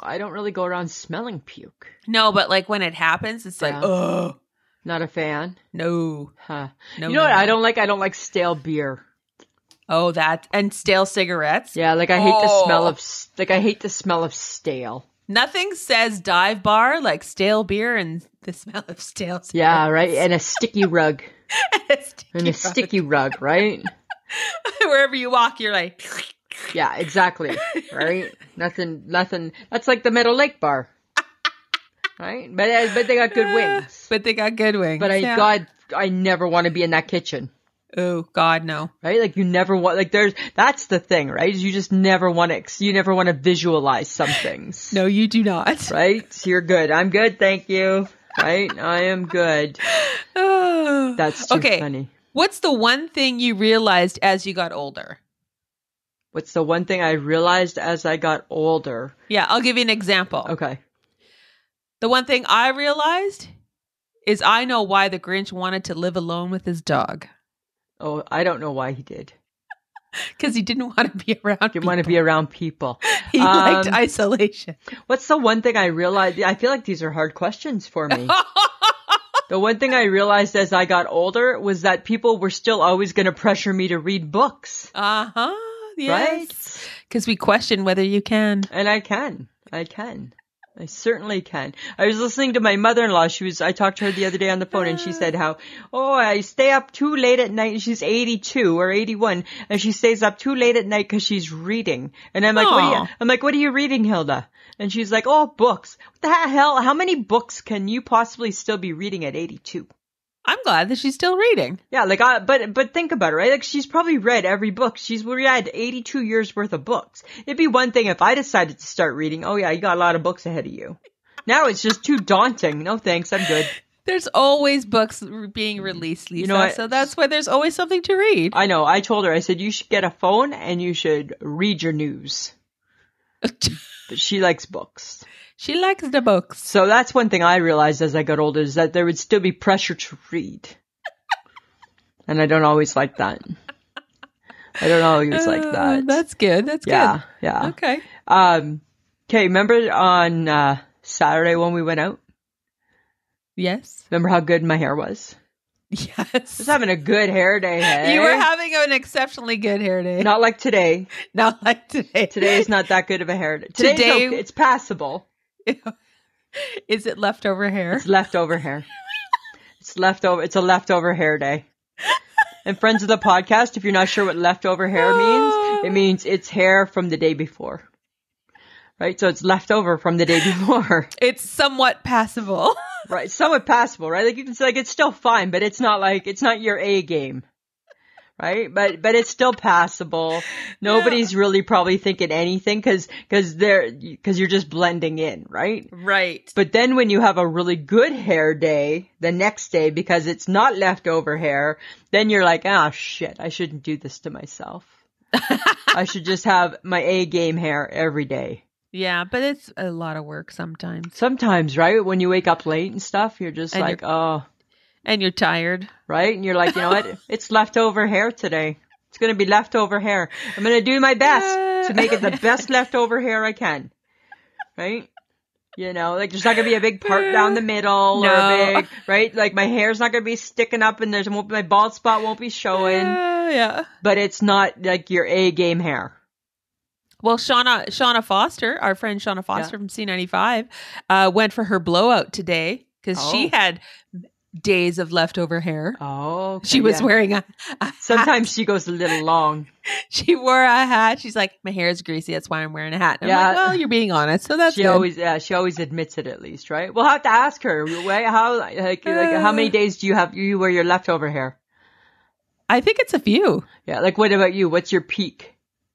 I don't really go around smelling puke.
No, but like when it happens, it's
Yeah.
like, oh
Not a fan.
no.
Huh.
No,
you know
no,
what
no.
I don't like? I don't like stale beer.
Oh, that and stale cigarettes.
Yeah, like I hate the smell
Oh.
of s- like I hate the smell of stale.
Nothing says dive bar like stale beer and the smell of stale. Cigarettes.
Yeah, right. And a sticky rug.
Sticky
And a
rug.
sticky rug, right?
Wherever you walk, you're like,
Yeah, exactly. Right. nothing. Nothing. That's like the Meadow Lake bar. Right, but uh, but they got good wings. But,
but they got good wings.
I
yeah.
God, I never want to be in that kitchen.
oh God, no.
right? Like you never want, like there's, that's the thing, right? You just never want to, you never want to visualize some things,
No, you do not.
right? So you're good. I'm good. Thank you. Right? I am good. That's too
okay.
funny.
What's the one thing you realized as you got older?
What's the one thing I realized as I got older?
Yeah, I'll give you an example.
Okay.
The one thing I realized is I know why the Grinch wanted to live alone with his dog
Oh, I don't know why he did.
because he didn't want to be around.
Didn't want to be around people.
He liked
Um,
isolation.
What's the one thing I realized? I feel like these are hard questions for me. the one thing I realized as I got older was that people were still always going to pressure me to read books.
Uh huh. Yes.
Right?
Because we question whether you can.
And I can. I can. I certainly can. I was listening to my mother-in-law. She was, I talked to her the other day on the phone and she said how, oh, I stay up too late at night. She's 82 or 81 and she stays up too late at night because she's reading. And I'm like, what are
Aw.
you, I'm like, what are you reading, Hilda? And she's like, oh, books. What the hell? How many books can you possibly still be reading at 82?
I'm glad that she's still reading.
Yeah, like I, but but think about it, right? Like she's probably read every book. She's read eighty two years worth of books. It'd be one thing if I decided to start reading. Oh yeah, you got a lot of books ahead of you. Now it's just too daunting. No thanks, I'm good.
There's always books r- being released, Lisa.
Mm, know what?
so that's why there's always something to read.
I know. I told her. I said you should get a phone and you should read your news. But she likes books,
she likes the books.
so that's one thing I realized as I got older is that there would still be pressure to read, and I don't always like that. I don't always like
Uh,
that.
That's good. That's
yeah, yeah.
good. Okay.
Um, okay, remember on uh, Saturday when we went out?
Yes.
Remember how good my hair was?
Yes.
Just having a good hair day. Hey?
you were having an exceptionally good hair day.
not like today.
Not like today.
Today is not that good of a hair day. Today's
Today-
okay. it's passable.
Is it leftover hair?
It's leftover hair. it's leftover. It's a leftover hair day. And friends of the podcast, if you're not sure what leftover hair means, it means it's hair from the day before. Right, so it's leftover from the day before.
It's somewhat passable.
Right, somewhat passable, right? Like you can say like it's still fine, but it's not like it's not your A game. Right? But but it's still passable. Nobody's really probably thinking anything cuz cuz they're cuz you're just blending in, right?
right.
But then when you have a really good hair day the next day because it's not leftover hair, then you're like, "Ah, shit, I shouldn't do this to myself. I should just have my A game hair every day."
Yeah, but it's a lot of work sometimes.
Sometimes, right? When you wake up late and stuff, you're just
And
like, "Oh,
And you're tired.
right? And you're like, you know what? It's leftover hair today. It's going to be leftover hair. I'm going to do my best to make it the best leftover hair I can. Right? You know, like there's not going to be a big part down the middle or
No.
a big, right? Like my hair's not going to be sticking up and there's won't, my bald spot won't be showing,
Uh, yeah.
but it's not like your A game hair.
Well, Shauna Shauna Foster, our friend Shauna Foster from C95, uh, went for her blowout today because she
Oh.
had days of leftover hair.
Oh, okay,
she was
yeah.
wearing a, a hat.
Sometimes she goes a little long.
she wore a hat. She's like, my hair is greasy. That's why I'm wearing a hat. And I'm like,
Yeah.
well, you're being honest, so that's
she
good.
always, yeah, she always admits it at least, right? We'll have to ask her. Wait, how like, like how
Uh.
many days do you have? You wear your leftover hair?
I think it's a few,
Yeah, like what about you? What's your peak?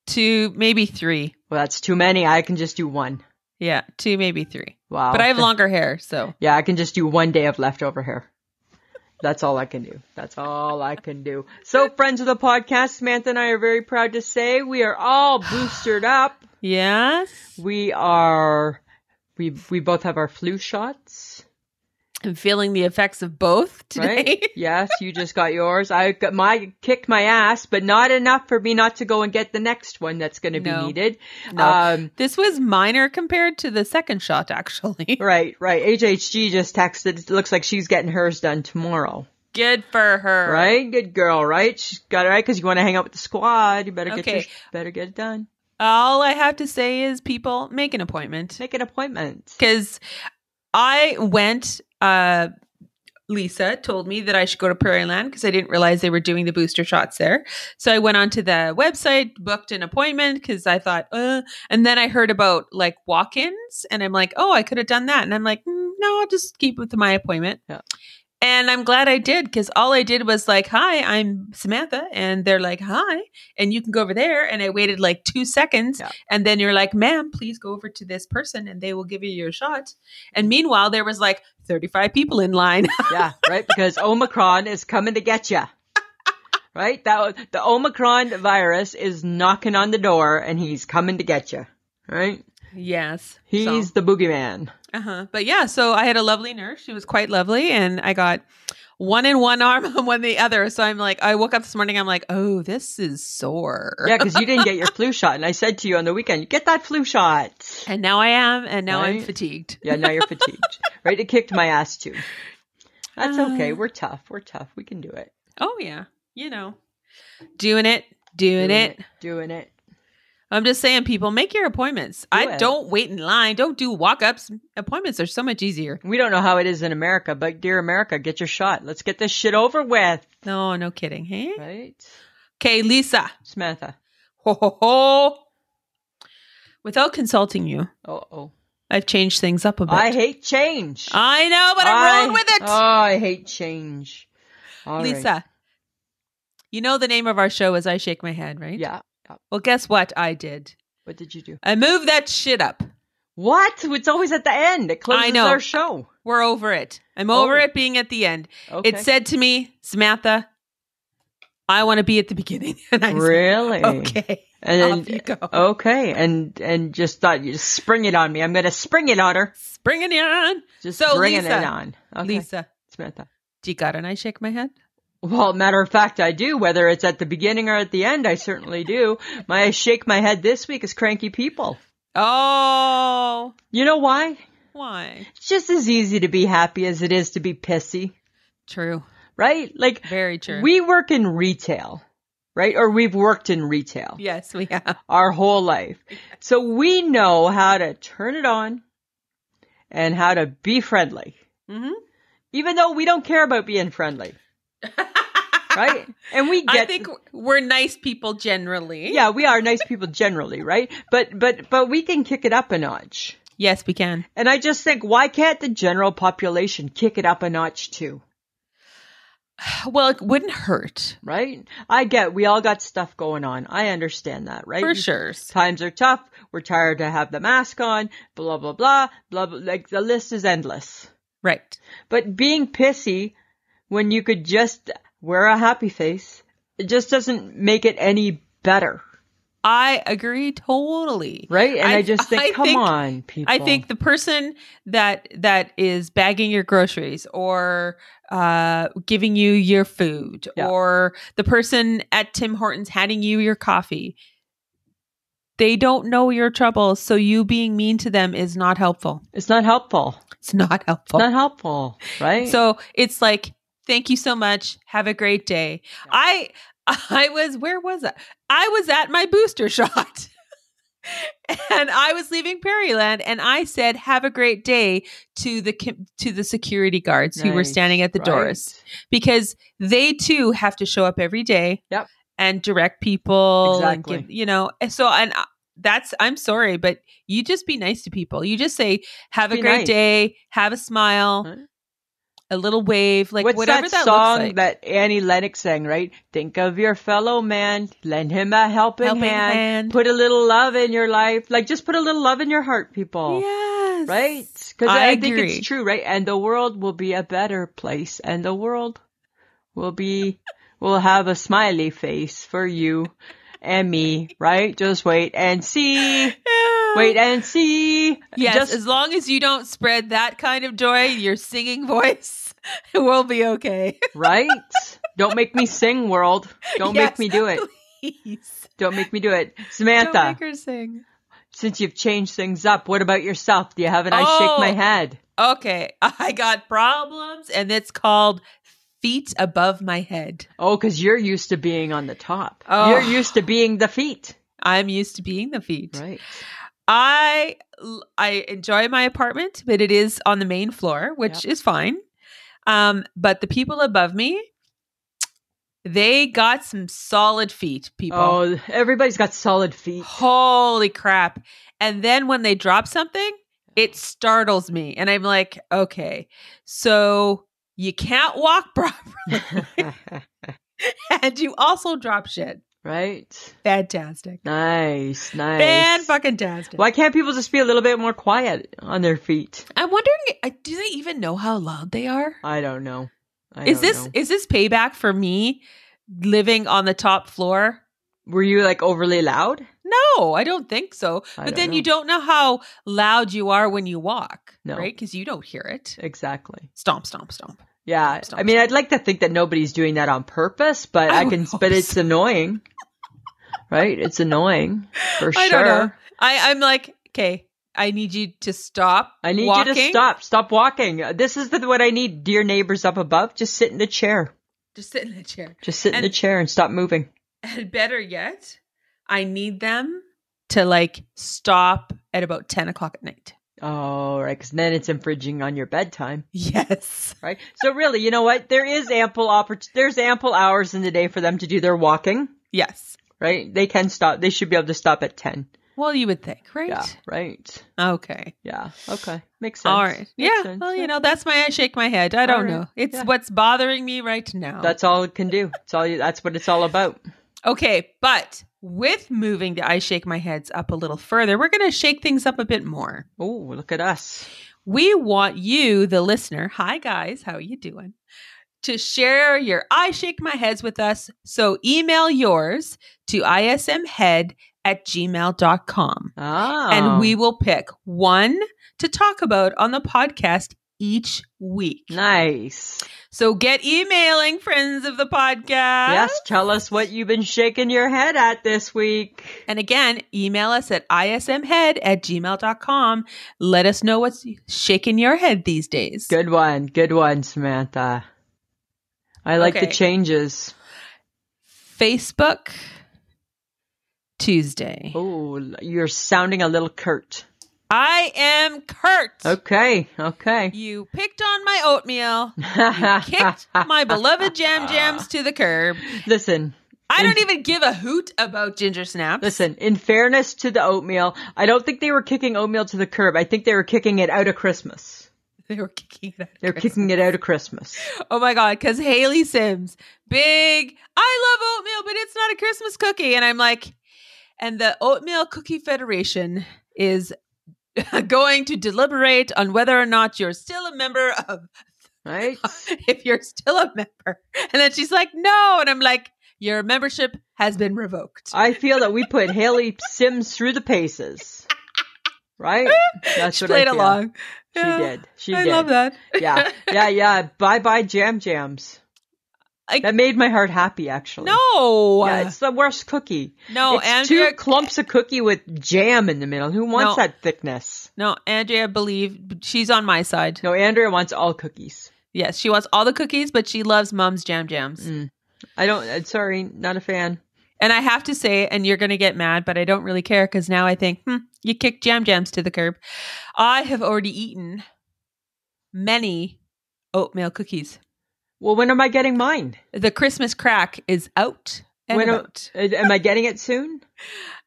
two, maybe three.
Well, that's too many. I can just do one.
Yeah, two, maybe three.
Wow.
But I have longer hair, so
Yeah, I can just do one day of leftover hair. That's all I can do. That's all I can do. So, friends of the podcast, Samantha and I are very proud to say we are all boosted up.
yes,
We are. We we both have our flu shots,
I'm feeling the effects of both today.
right? yes, you just got yours. I got my kicked my ass, but not enough for me not to go and get the next one that's going to be
No.
needed.
No.
Um,
This was minor compared to the second shot, actually.
right, right. HHG just texted. It looks like she's getting hers done tomorrow.
Good for her.
Right, good girl. Right, she's got it right because you want to hang out with the squad. You better get your,
Okay.
better get it done.
All I have to say is, people, make an appointment.
Make an appointment.
Because I went, uh, Lisa told me that I should go to Prairie Land because I didn't realize they were doing the booster shots there. So I went onto the website, booked an appointment because I thought, uh, and then I heard about like walk ins and I'm like, oh, I could have done that. And I'm like, mm, no, I'll just keep with my appointment.
Yeah.
And I'm glad I did because all I did was like, hi, I'm Samantha. And they're like, hi. And you can go over there. And I waited like two seconds.
Yeah.
And then you're like, ma'am, please go over to this person and they will give you your shot. And meanwhile, there was like 35 people in line.
yeah, right. Because Omicron is coming to get you. Right, that was- the Omicron virus is knocking on the door, and he's coming to get you. Right,
yes.
he's the boogeyman.
Uh huh. But yeah, so I had a lovely nurse. She was quite lovely, and I got one in one arm and one in the other. So I'm like, I woke up this morning. I'm like, oh, this is sore.
Yeah, because you didn't get your flu shot, and I said to you on the weekend, get that flu shot.
And now I am, and now I'm
Right.
fatigued.
Yeah, now you're fatigued. Right, it kicked my ass too. That's
Uh.
okay. We're tough. We're tough. We can do it.
Oh yeah, you know, doing it, doing, it.
Doing it.
I'm just saying, people, make your appointments. I
it.
don't wait in line. Don't do walk ups. Appointments are so much easier.
We don't know how it is in America, but dear America, get your shot. Let's get this shit over with.
No, no kidding. Hey,
Right?
okay, Lisa.
Samantha.
Ho ho ho. Without consulting you,
Oh, oh.
I've changed things up a bit.
I hate change.
I know, Oh, but I'm
I-
rolling with it.
Oh, I hate change. All right.
Lisa, you know the name of our show is I Shake My Head, right?
Yeah. Uh,
Well, guess what I did?
What did you do?
I moved that shit up.
What? It's always at the end. It closes
I know.
our show.
We're over it. I'm over
Oh.
it being at the end.
Okay.
It said to me, Samantha, I want to be at the beginning. And I said,
really?
okay.
And then, uh,
Off you go.
Okay. And and just thought you just spring it on me. I'm gonna spring it on her.
Bringing it on.
Just
So,
bringing
Lisa.
it on. Okay.
Lisa,
Samantha.
do you got an I Shake My Head?
Well, matter of fact, I do. Whether it's at the beginning or at the end, I certainly do. My shake my head this week is cranky people.
Oh,
You know why?
why?
It's just as easy to be happy as it is to be pissy,
True.
right? Like
Very true.
we work in retail, right? Or we've worked in retail
yes, we have.
our whole life. So we know how to turn it on and how to be friendly. Mm-hmm.
Mhm.
Even though we don't care about being friendly. right? And we get
I think we're nice people generally.
yeah, we are nice people generally, right? But but but we can kick it up a notch.
Yes, we can.
And I just think why can't the general population kick it up a notch too?
Well, it wouldn't hurt
Right? I get we all got stuff going on. I understand that, right?
for
You-
sure.
Times are tough. We're tired to have the mask on. Blah blah blah blah. blah like the list is endless.
Right.
But being pissy when you could just wear a happy face, it just doesn't make it any better,
I agree totally.
right? And I, just think,
I
come
think-
on, people.
I think the person that that is bagging your groceries or uh, giving you your food
Yeah.
or the person at Tim Hortons handing you your coffee, they don't know your trouble. So you being mean to them is not helpful.
it's not helpful.
It's not helpful.
not helpful, right?
Oh. So it's like, thank you so much. Have a great day. I I was where was I? I was at my booster shot. and I was leaving Prairieland, and I said, "Have a great day" to the com- to the security guards who were
Nice,
standing at the
right?
doors because they too have to show up every day.
Yep.
And direct people, and
Exactly.
give- you know. and So, and I- that's I'm sorry, but you just be nice to people. You just say, "Have
Be
a great
nice.
day," "Have a smile,"
Huh?
a little wave, like
What's
whatever
that,
that,
song
looks like.
that Annie Lennox sang, right? Think of your fellow man, lend him a helping,
Helping
hand,
hand.
put a little love in your life. Like just put a little love in your heart, people.
yes,
Right? Because
I
I, think
agree.
it's true, right? And the world will be a better place, and the world will be will have a smiley face for you and me, right? Just wait and see. Wait and see.
Yes,
Just
as long as you don't spread that kind of joy, your singing voice will be okay.
right. Don't make me sing, world. Don't
Yes,
make me do it.
Please.
Don't make me do it.
Don't
Samantha,
make her sing.
since you've changed things up, what about yourself? Do you have an I
Oh.
shake my head?
Okay, I got problems, and it's called feet above my head.
Oh, because you're used to being on the top.
Oh.
You're used to being the feet.
I'm used to being the feet.
Right.
I I enjoy my apartment, but it is on the main floor, which is fine. Um, but the people above me, they got some solid feet. People,
Oh, everybody's got solid feet.
holy crap and then when they drop something
Oh.
it startles me and i'm like okay so you can't walk properly and you also drop shit
right.
fantastic
Nice, nice.
fan fucking tastic
Why can't people just be a little bit more quiet on their feet?
i'm wondering uh, do they even know how loud they are
I don't know. I
is
don't
this
know.
is this payback for me living on the top floor
Were you like overly loud?
no i don't think so but
I don't
then
know.
you don't know how loud you are when you walk
No.
right because you don't hear it
Exactly.
stomp stomp stomp
Yeah.
Stop,
I mean,
stop.
I'd like to think that nobody's doing that on purpose, but
I
I, can.
would hope
But it's
so.
annoying, right? It's annoying for sure.
I don't know. I, I'm like, okay, I need you to stop.
I need
walking.
you to stop. Stop walking. This is the, what I need, dear neighbors up above. Just sit in the chair.
Just sit in the chair.
Just sit in the
And-
chair and stop moving.
And better yet, I need them to like stop at about 10 o'clock at night.
Oh, right. Because then it's infringing on your bedtime.
Yes.
right? So really, you know what? There is ample oppor- there's ample hours in the day for them to do their walking,
Yes.
right? They can stop. They should be able to stop at 10.
Well, you would think, right?
Yeah, right.
Okay.
Yeah. Okay. Makes sense.
All right.
Makes
Yeah.
sense.
Well,
Yeah.
you know, that's my I shake my head. I don't
right.
know. It's
Yeah.
what's bothering me right now.
That's all it can do. It's all you, that's what it's all about.
okay. But with moving the I shake my heads up a little further, we're going to shake things up a bit more.
Oh, look at us.
We want you, the listener, hi guys, how you doing? To share your I shake my heads with us. So email yours to ismhead at gmail.com.
Ah.
And we will pick one to talk about on the podcast each week.
nice.
So get emailing, friends of the podcast.
Yes, tell us what you've been shaking your head at this week.
And again, email us at ismhead at gmail.com. Let us know what's shaking your head these days.
Good one. Good one, Samantha. I like
Okay.
the changes.
Facebook Tuesday.
Oh, you're sounding a little curt.
I am Kurt.
Okay. Okay.
You picked on my oatmeal. You kicked my beloved jam jams to the curb.
Listen,
I don't even give a hoot about ginger snaps.
listen. In fairness to the oatmeal, I don't think they were kicking oatmeal to the curb. I think they were kicking it out of Christmas.
They were kicking it out.
They're kicking it out of Christmas.
Oh my god, because Haley Sims, big, I love oatmeal, but it's not a Christmas cookie. And I'm like, and the Oatmeal Cookie Federation is going to deliberate on whether or not you're still a member of
Right?
if you're still a member. And then she's like, no. And I'm like, your membership has been revoked.
I feel that we put Haley Sims through the paces. Right? That's
she
what
played
I feel.
along.
She
Yeah.
did. She
I
did.
love that.
Yeah. Yeah, yeah. Bye bye jam jams.
I-
that made my heart happy actually.
No.
Yeah, it's the worst cookie.
no,
it's
Andrea.
two clumps of cookie with jam in the middle. Who wants
No.
that thickness?
no, Andrea, believe she's on my side.
No, Andrea wants all cookies.
Yes,
Mm.
she wants all the cookies, but she loves mom's jam jams.
I don't. uh, Sorry, not a fan.
And I have to say, and you're going to get mad, but I don't really care because now I think, hmm, you kick jam jams to the curb. I have already eaten many oatmeal cookies.
Well, when am I getting mine?
The Christmas crack is out. And
When am,
about.
am I getting it soon?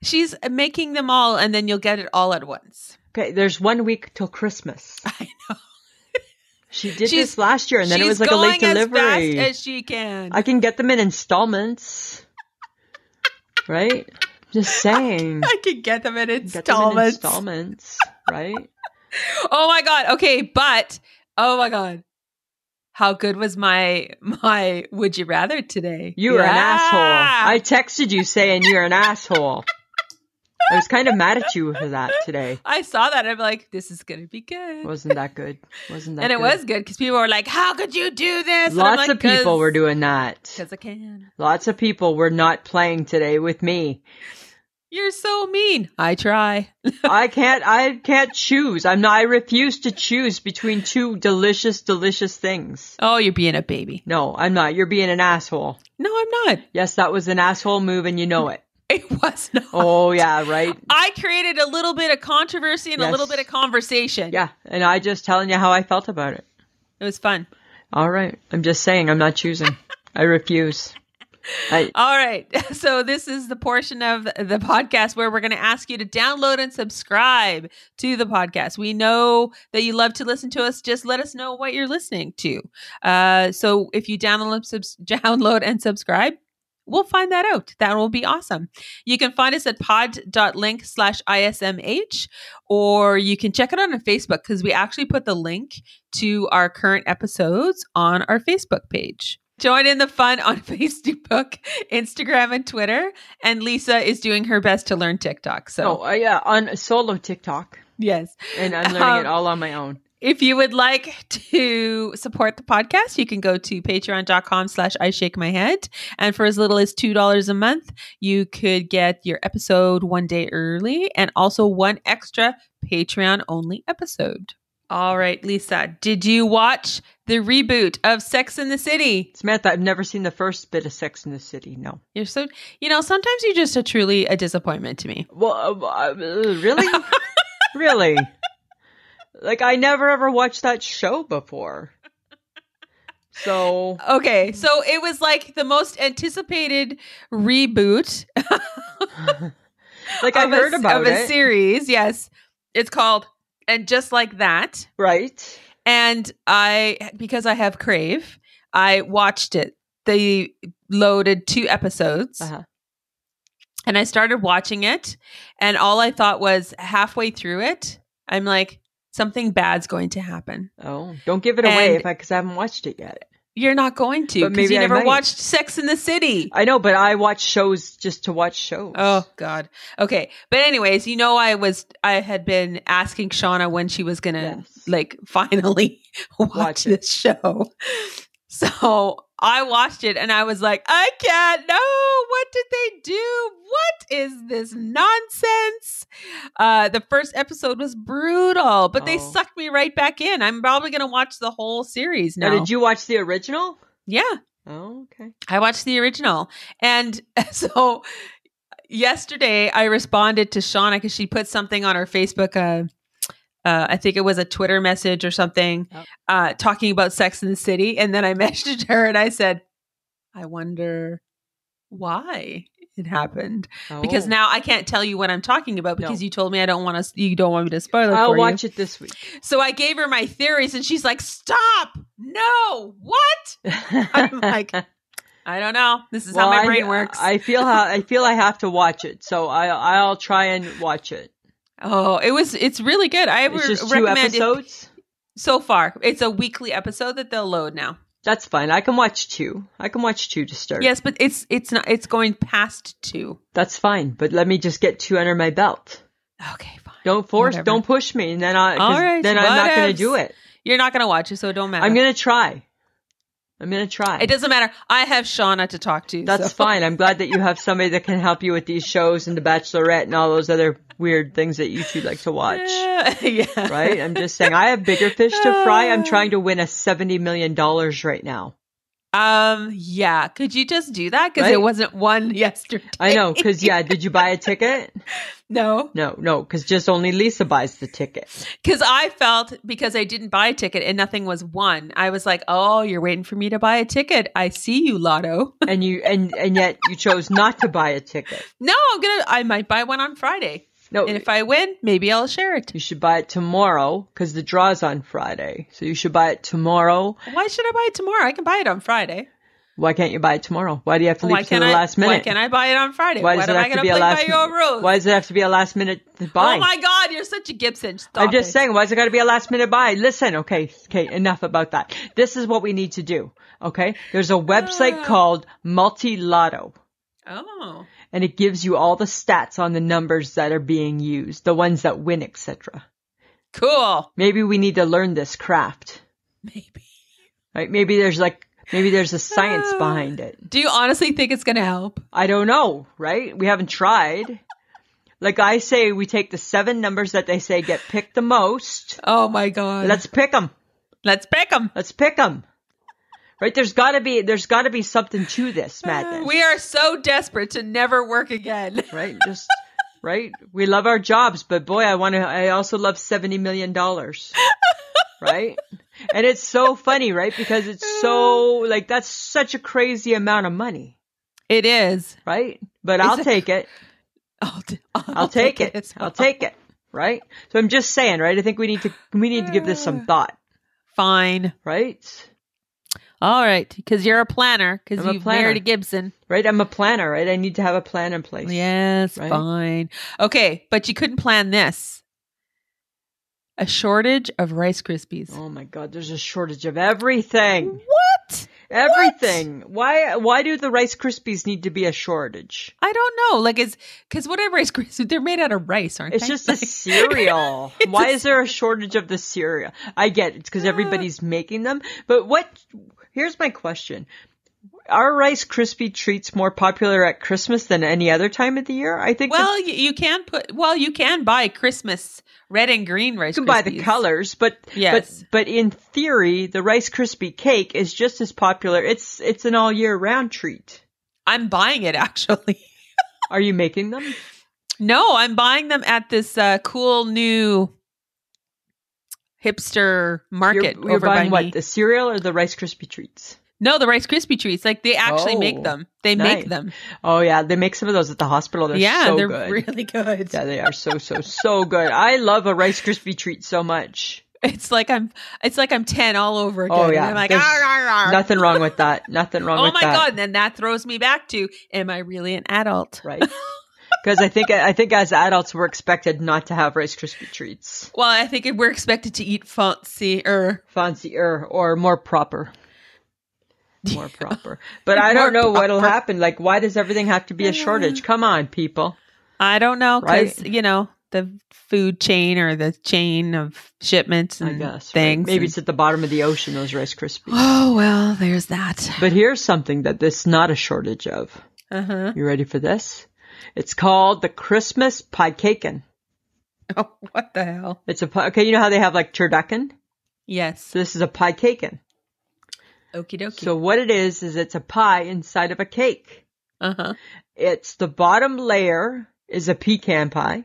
She's making them all, and then you'll get it all at once.
Okay, there's one week till Christmas.
I know.
She did
She's-
this last year, and then it
She's
was like a late
going
delivery.
As fast as she can.
I can get them in installments, right? Just saying.
I could get them in
Get them in
installments.
installments, right?
Oh my god. Okay, but oh my god. How good was my my would you rather today?
You are an
Yeah.
asshole. I texted you saying you're an asshole. I was kind of mad at you for that today.
I saw that. I'm like, this is gonna be good.
Wasn't that good? Wasn't that?
and it
good?
was good because people were like, How could you do this?
Lots of people were doing that.
because I can.
Lots of people were not playing today with me.
You're so mean. I try.
I can't. I can't choose. I'm not. I refuse to choose between two delicious, delicious things.
Oh, you're being a baby.
No, I'm not. You're being an asshole.
No, I'm not.
Yes, that was an asshole move, and you know it.
It was not.
Oh yeah, right.
I created a little bit of controversy and a
Yes.
little bit of conversation.
Yeah, and I just telling you how I felt about it.
It was fun.
All right. I'm just saying. I'm not choosing. I refuse. I,
All right. So, this is the portion of the podcast where we're going to ask you to download and subscribe to the podcast. We know that you love to listen to us. Just let us know what you're listening to. Uh, so, if you download, subs- download and subscribe, we'll find that out. That will be awesome. You can find us at pod.link slash ISMH, or you can check it out on Facebook because we actually put the link to our current episodes on our Facebook page. Join in the fun on Facebook, Instagram, and Twitter. And Lisa is doing her best to learn TikTok. So,
oh uh, yeah, on solo TikTok,
yes.
and I'm learning
Um,
it all on my own.
If you would like to support the podcast, you can go to patreon.com slash I shake my head. And for as little as $2 a month, you could get your episode one day early and also one extra Patreon only episode. All right, Lisa, did you watch the reboot of Sex in the City?
Samantha, I've never seen the first bit of Sex in the City. No.
You're so, you know, sometimes you're just a truly a disappointment to me.
Well, uh, uh, really, really. Like I never ever watched that show before. So
Okay, so it was like the most anticipated reboot
like I
of a-
heard about
of a
it,
series. Yes, it's called and just like that.
right?
And I because I have crave, I watched it. They loaded two episodes,
Uh-huh.
and I started watching it. And all I thought was halfway through it, I'm like, something bad's going to happen.
Oh, don't give it away
And-
if I because I haven't watched it yet.
You're not going to
But
because
maybe
you
I
never
might.
watched Sex in the City.
I know, but I watch shows just to watch shows.
Oh God. Okay. But anyways, you know, I was I had been asking Shauna when she was gonna
Yes.
like finally watch,
Watch it.
this show. So I watched it and I was like, I can't no, what did they do? What is this nonsense? Uh the first episode was brutal, but they
Oh.
sucked me right back in. I'm probably gonna watch the whole series now.
Now, Oh, did you watch the original?
yeah.
Oh, okay.
I watched the original. And so yesterday I responded to Shauna because she put something on her Facebook. Uh, uh, I think it was a Twitter message or something
Yep.
uh, talking about Sex in the City. And then I messaged her and I said, I wonder why it happened because
Oh.
now I can't tell you what I'm talking about
No.
because you told me I don't want to you don't want me to spoil it
I'll
for you.
watch it this week.
So I gave her my theories and she's like stop no what I'm like, I don't know this is how
Well,
my
I-
brain works
I feel how I feel I have to watch it, so I I'll try and watch it.
Oh, it was it's really good. I
It's
would
just two
recommend it
episodes.
so far. It's a weekly episode that they'll load now.
That's fine. I can watch two. I can watch two to start.
Yes, but it's it's not it's going past 2.
that's fine. But let me just get two under my belt.
Okay, fine.
Don't force.
Whatever.
Don't push me, and then I 'cause
All right,
then I'm not going
whatevs.
to do it.
You're not going to watch it, so it don't matter.
I'm going to try. I'm going to try.
It doesn't matter. I have Shauna to talk to.
that's
so-
fine. I'm glad that you have somebody that can help you with these shows and The Bachelorette and all those other weird things that you two like to watch.
Yeah. yeah.
Right? I'm just saying, I have bigger fish to fry. I'm trying to win a $70 million right now.
Um, yeah. Could you just do that? Because
Right?
it wasn't one yesterday.
I know, because yeah, did you buy a ticket?
no.
No, no, because just only Lisa buys the ticket.
Because I felt because I didn't buy a ticket and nothing was won. I was like, oh, you're waiting for me to buy a ticket. I see you, Lotto.
And you and and yet you chose not to buy a ticket.
no, I'm gonna. I might buy one on Friday.
No,
And if I win, maybe I'll share it.
you should buy it tomorrow because the draw's on Friday. So you should buy it tomorrow.
Why should I buy it tomorrow? I can buy it on Friday.
Why can't you buy it tomorrow? Why do you have to leave
Why
it to
can't
the
I?
last minute?
Why can't I buy it on Friday?
Why
Why,
does
am
it
I
have to
gonna
be
play
a last?
by your rules?
Why does it have to be a last minute buy?
Oh my God, you're such a Gibson. Stop
I'm just
it.
saying, why is it going to be a last minute buy? Listen, okay, okay, enough about that. This is what we need to do. Okay, there's a website called Multi Lotto,
Oh,
and it gives you all the stats on the numbers that are being used, the ones that win, etc.
cool.
Maybe we need to learn this craft,
Maybe. Ah.
right? Maybe there's like maybe there's a science behind it.
Do you honestly think it's gonna help?
I don't know, right? We haven't tried. Like I say, we take the seven numbers that they say get picked the most.
Oh my God.
Let's pick them.
let's pick them.
Let's pick them. Right? There's got to be there's got to be something to this madness.
We are so desperate to never work again.
right. Just right. We love our jobs, but boy, I want to. I also love seventy million dollars. Right. And it's so funny, right? Because it's so like that's such a crazy amount of money,
It is.
right? But I'll take it.
I'll, t-
I'll take it.
as
I'll
well.
take it. Right. So I'm just saying, right? I think we need to we need to give this some thought,
Fine.
right?
All right. Because you're a planner. Because
I'm a
you've
planner.
married a Gibson.
Right. I'm a planner, right? I need to have a plan in place.
Yes.
Right?
Fine. Okay. But you couldn't plan this. A shortage of Rice Krispies.
Oh my God, there's a shortage of everything.
What?
Everything. Why? Why do the Rice Krispies need to be a shortage?
I don't know. Like, it's because whatever Rice Krispies, they're made out of rice, aren't
It's
they?
just a
Like-
cereal.
It's
Why
a
is there a shortage of the cereal? I get it's because everybody's making them. But what? Here's my question: Are Rice Krispie treats more popular at Christmas than any other time of the year? I think.
Well, you, you can put. Well, you can buy Christmas red and green rice.
you can buy the
Krispies.
colors, but
Yes.
but but in theory, the Rice Krispie cake is just as popular. It's it's an all year round treat.
I'm buying it actually.
Are you making them?
No, I'm buying them at this uh, cool new hipster market
You're, you're
over
buying
by
what?
me.
The cereal or the Rice Krispie treats?
no, the Rice Krispie treats. Like they actually
Oh,
make them. They
nice.
make them.
Oh yeah, they make some of those at the hospital. They're
yeah,
so
they're
good.
really good.
yeah, they are so so so good. I love a Rice Krispie treat so much.
It's like I'm. It's like I'm ten all over again.
Oh,
And
yeah.
I'm like
There's
"Arr, arr, arr."
Nothing wrong with that. Nothing wrong
Oh
with
my
that.
god! And then that throws me back to: Am I really an adult?
Right. Because I think I think as adults we're expected not to have Rice Krispie treats.
Well, I think we're expected to eat fancy or
Fancier or more proper. More proper. But I don't know what'll happen. Like why does everything have to be a shortage? Come on, people.
I don't know
Right.
because you know the food chain or the chain of shipments
I
and
guess. right?
things.
Maybe
and-
it's at the bottom of the ocean, those Rice Krispies.
oh well, there's that.
But here's something that there's not a shortage of.
Uh huh.
You ready for this? It's called the Christmas pie cakin.
Oh, what the hell?
It's a pie. Okay, you know how they have like turducken?
Yes.
So this is a pie cakin.
Okie dokie.
So what it is is it's a pie inside of a cake.
uh huh.
It's the bottom layer is a pecan pie.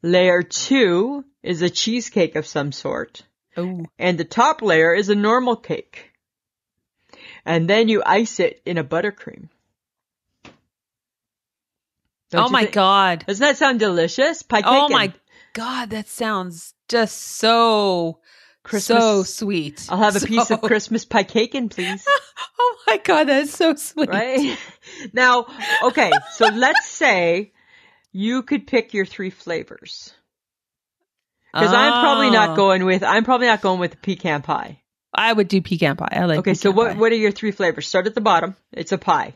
Layer two is a cheesecake of some sort.
Oh.
And the top layer is a normal cake. And then you ice it in a buttercream. Don't
Oh
you
my
thi-
god.
Doesn't that sound delicious? Pie cake.
Oh
and
my god. That sounds just so
Christmas.
so sweet.
I'll have a piece of
So-
Christmas pie cake, and please.
Oh my god, that's so sweet.
Right now, okay. So let's say you could pick your three flavors because I'm probably
Oh.
not going with. I'm probably not going with the pecan pie.
I would do pecan pie. I like.
okay. So
pecan
what?
pie.
What are your three flavors? Start at the bottom. It's a pie.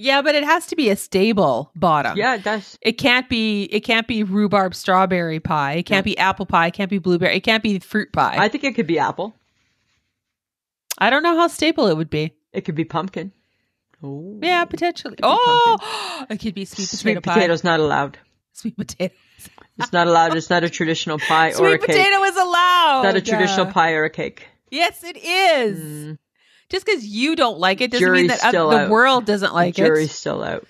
Yeah, but it has to be a stable bottom.
Yeah, that's
It can't be it can't be rhubarb strawberry pie. It can't be apple pie. It can't be blueberry. It can't be fruit pie.
I
I,
think it could be apple.
don't know how staple it would be.
It could be pumpkin. Oh,
Yeah, potentially. Oh, it could be sweet potato
sweet
pie.
potatoes not allowed.
Sweet potato.
It's not allowed. It's not a traditional pie or a
Sweet
cake.
potato is allowed.
It's not a traditional
Uh,
pie or a cake.
Yes, it is.
Mm,
Just because you don't like it doesn't mean
Jury's
that oth-
still
the
out.
world doesn't like
jury's
it.
still out.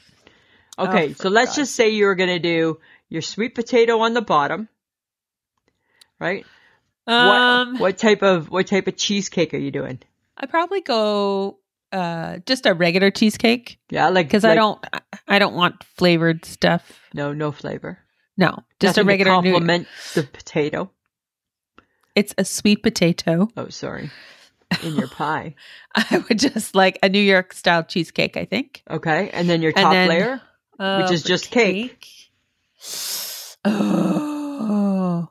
Oh,
Okay,
for
so let's
God's
just say you were gonna do your sweet potato on the bottom, right?
Um,
what, what type of what type of cheesecake are you doing?
I probably go uh, just a regular cheesecake
Yeah, like
because I
like-
don't, I- I don't want flavored stuff.
no no flavor.
No, just
Nothing
a regular.
to
new-
complement the potato.
it's a sweet potato.
Oh, sorry, in your pie.
I would just like a New York style cheesecake. I think,
Okay, and then your
And
top
then-
layer.
uh,
Which is
for
just cake.
Oh,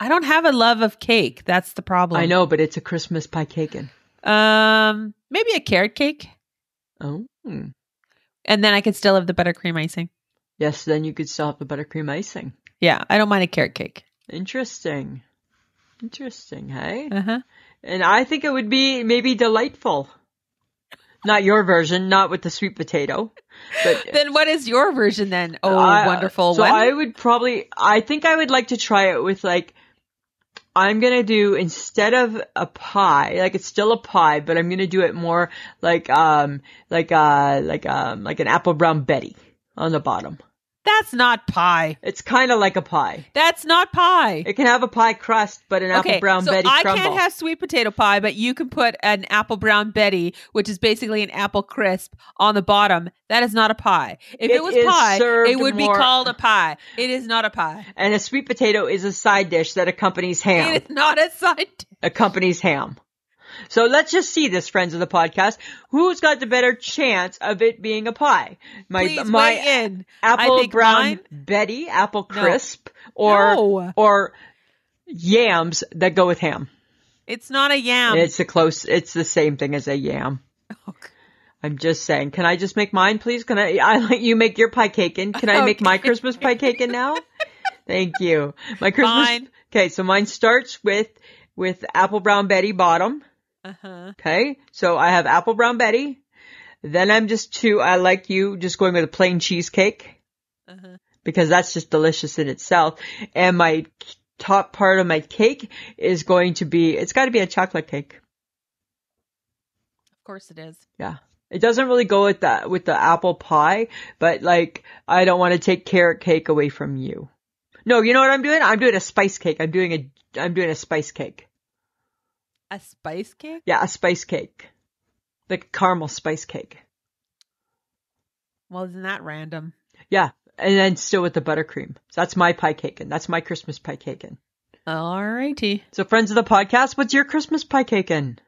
I don't have a love of cake. That's the problem.
I know, but it's a Christmas pie cake. and-
Um, maybe a carrot cake,
Oh. hmm.
and then I could still have the buttercream icing.
Yes, then you could still have the buttercream icing.
Yeah, I don't mind a carrot cake.
Interesting. Interesting, hey?
Uh huh.
And I think it would be maybe delightful. Not your version, not with the sweet potato. But
Then what is your version then? Oh,
I-
wonderful
So
one.
I would probably I think I would like to try it with like I'm gonna do instead of a pie, like it's still a pie, but I'm gonna do it more like um like uh like um like an apple brown Betty on the bottom.
That's not pie.
It's kinda like a pie.
That's not pie.
It can have a pie crust, but an apple brown
so
Betty
I
crumble.
can't have sweet potato pie, but you can put an apple brown Betty, which is basically an apple crisp, on the bottom. That is not a pie. If it,
It
was
is
pie,
served
it would be
more-
called a pie. It is not a pie.
and a sweet potato is a side dish that accompanies ham.
It is not a side. dish.
accompanies ham. So let's just see this, friends of the podcast. Who's got the better chance of it being a pie? My
Please
my
weigh in. I
apple
think
brown
mine-
Betty, apple
No.
crisp, or
No.
or yams that go with ham.
It's not a yam.
it's a close. It's the same thing as a yam.
Oh, God.
I'm just saying. Can I just make mine, please? Can I? I let you make your pie cake in. Can I make my Christmas pie cake in now? Thank you. My Christmas.
Fine.
Okay, so mine starts with with apple brown Betty bottom.
Uh-huh.
Okay, so I have apple brown Betty. Then I'm just two. I like you just going with a plain cheesecake
Uh-huh.
because that's just delicious in itself. And my k- top part of my cake is going to be. It's got to be a chocolate cake.
Of course it is.
Yeah. It doesn't really go with the with the apple pie, but like I don't want to take carrot cake away from you. No, you know what I'm doing? I'm doing a spice cake. I'm doing a I'm doing a spice cake.
A spice cake?
Yeah, a spice cake. Like caramel spice cake.
Well, isn't that random?
Yeah. And then still with the buttercream. So that's my pie cake and that's my Christmas pie cake. in.
All righty.
So friends of the podcast, what's your Christmas pie cake in?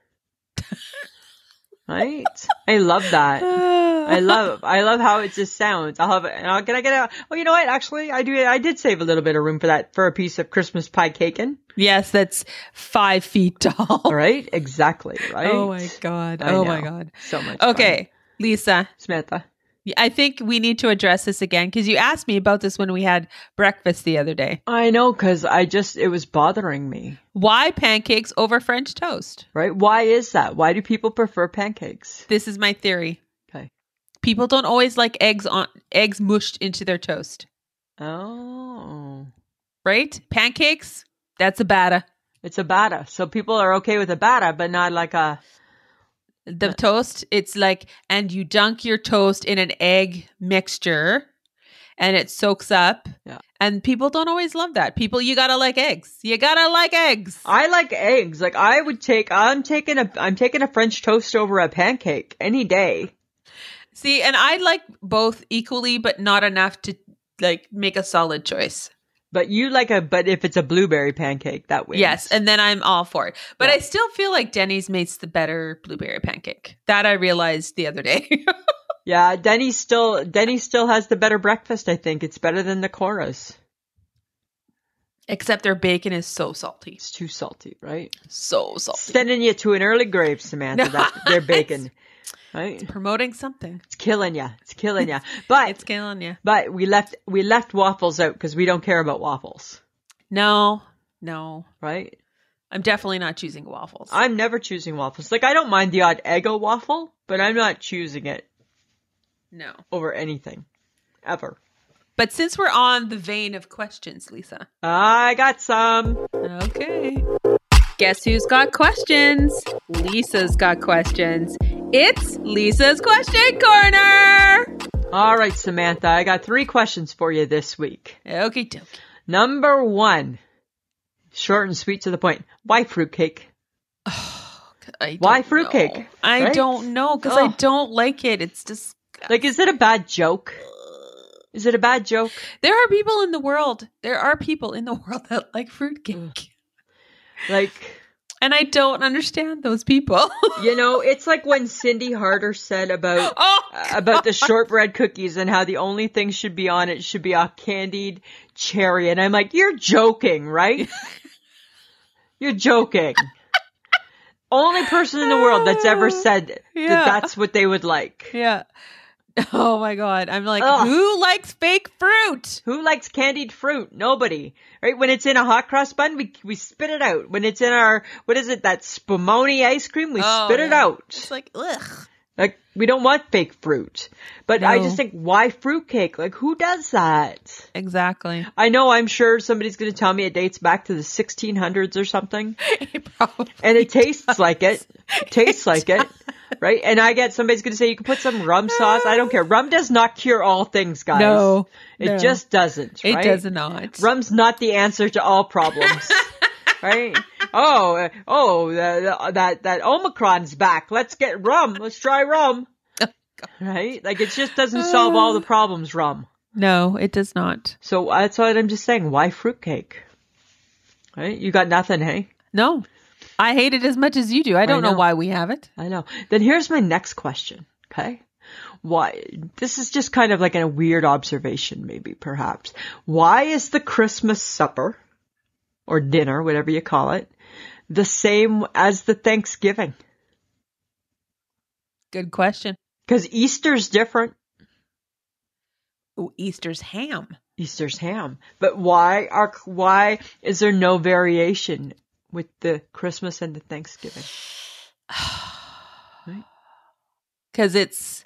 right? I love that. I love I love how it just sounds. I'll have it and I'll can I get out oh you know what actually I do I did save a little bit of room for that for a piece of Christmas pie cake in.
Yes, that's five feet tall.
All right? Exactly, right?
Oh my god.
I
oh my
know.
god.
So much. fun.
Okay, Lisa.
Samantha.
I think we need to address this again because you asked me about this when we had breakfast the other day.
I know cuz I just it was bothering me,
Why pancakes over French toast?
right? Why is that? Why do people prefer pancakes?
This is my theory.
Okay.
People don't always like eggs on eggs mushed into their toast,
Oh.
right? Pancakes, that's a batter.
It's a batter. So people are okay with a batter, but not like a
The toast, it's like and you dunk your toast in an egg mixture and it soaks up.
Yeah.
And people don't always love that. People you got to like eggs. You got to like eggs.
I like eggs. Like I would take I'm taking a I'm taking a french toast over a pancake any day.
See, and I like both equally, but not enough to like make a solid choice.
But you like a but if it's a blueberry pancake, that wins.
Yes, and then I'm all for it. But I still feel like Denny's makes the better blueberry pancake. That I realized the other day.
yeah, Denny still Denny still has the better breakfast. I think it's better than the Cora's.
Except their bacon is so salty,
It's too salty, right?
so salty.
Sending you to an early grave, Samantha. That, their bacon, right?
Promoting something,
It's killing you. It's killing you. But
it's killing you.
but we left we left waffles out because we don't care about waffles,
No, no,
right?
I'm definitely not choosing waffles.
I'm never choosing waffles. Like I don't mind the odd Eggo waffle, but I'm not choosing it
no,
over anything ever.
But since we're on the vein of questions, Lisa.
I got some.
Okay. Guess who's got questions? Lisa's got questions. It's Lisa's question corner.
All right, Samantha, I got three questions for you this week.
Okay, dokie.
Number one, short and sweet to the point. Why fruitcake?
I
Why
don't
fruitcake,
know. I
right?
don't know because I
Ugh.
don't like it. It's just
Like, is it a bad joke? Is it a bad joke?
there are people in the world. There are people in the world that like fruitcake,
Like,
and I don't understand those people.
you know, it's like when Cindy Harder said about
oh,
about the shortbread cookies and how the only thing should be on it should be a candied cherry. And I'm like, you're joking, right? you're joking. only person in the world that's ever said
Yeah.
that that's what they would like.
yeah. Oh my god! I'm like,
Ugh.
who likes fake fruit?
Who likes candied fruit? Nobody. Right? When it's in a hot cross bun, we we spit it out. When it's in our what is it, that spumoni ice cream, we
Oh,
spit it
yeah.
out.
It's like, ugh.
Like we don't want fake fruit. But I
No.
just think why fruitcake? Like who does that?
Exactly.
I know I'm sure somebody's going to tell me it dates back to the 1600s or something
Probably.
and it tastes like it. Tastes like it. Right? And I get somebody's going to say you can put some rum sauce. I don't care. Rum does not cure all things, guys.
No,
It
no.
just doesn't,
It
right?
does not.
Rum's not the answer to all problems, right? Oh, uh, oh, the, the, that that Omicron's back. Let's get rum. Let's try rum, right? Like it just doesn't solve all the problems. Rum.
No, it does not.
So that's what I'm just saying. Why fruitcake? Right? You got nothing, hey?
No, I hate it as much as you do. I don't know.
know.
why we have it.
I know. Then here's my next question. Okay. Why? This is just kind of like a weird observation, maybe, perhaps. Why is the Christmas supper or dinner, whatever you call it, the same as the Thanksgiving?
Good question.
Because Easter's different.
Ooh, Easter's ham.
Easter's ham. But why are, why is there no variation with the Christmas and the Thanksgiving?
Because it's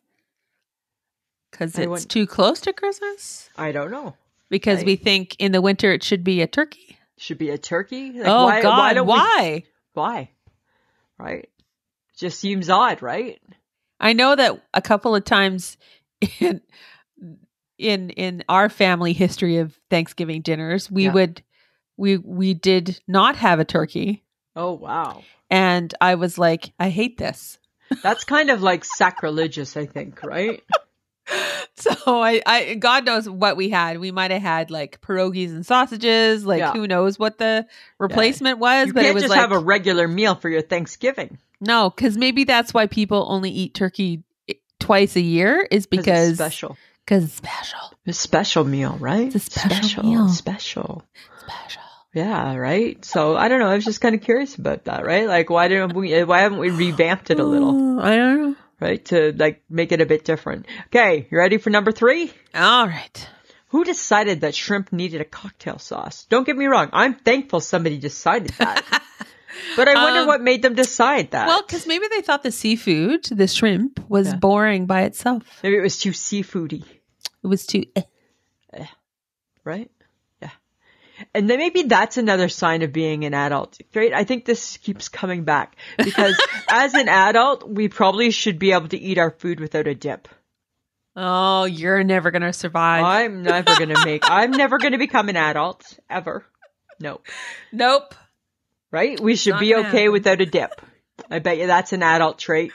because
I
it's
wouldn't-
too close to Christmas.
I don't know.
Because
Right.
we think in the winter it should be a turkey.
Should be a turkey? Like,
oh God, why?
don't we- why? Right? Just seems odd, right?
I know that a couple of times in in in our family history of Thanksgiving dinners, we
Yeah.
would we we did not have a turkey,
Oh wow.
and I was like, I hate this.
That's kind of like sacrilegious, I think, right?
So I, I God knows what we had. We might have had like pierogies and sausages. Like
Yeah.
who knows what the replacement was?
You
but
can't
it was
just
like
have a regular meal for your Thanksgiving
no, because maybe that's why people only eat turkey i- twice a year is
because
because
it's special.
Because it's special,
It's a special meal, right?
It's a special meal.
Special.
special.
Yeah, right. So I don't know. I was just kind of curious about that, right? Like, why didn't we? Why haven't we revamped it a little,
Mm, I don't know.
right? To like make it a bit different. Okay, you ready for number three?
All right.
Who decided that shrimp needed a cocktail sauce? Don't get me wrong. I'm thankful somebody decided that. but I wonder
Um,
what made them decide that.
Well, because maybe they thought the seafood, the shrimp, was
Yeah.
boring by itself.
maybe it was too seafoody.
It was too. eh.
right? Yeah. And then maybe that's another sign of being an adult, right? I think this keeps coming back because as an adult, we probably should be able to eat our food without a dip.
Oh, you're never gonna survive.
I'm never going to make, I'm never going to become an adult ever. No.
nope.
Right? We should
Not
be
gonna
okay
happen.
without a dip. I bet you that's an adult trait.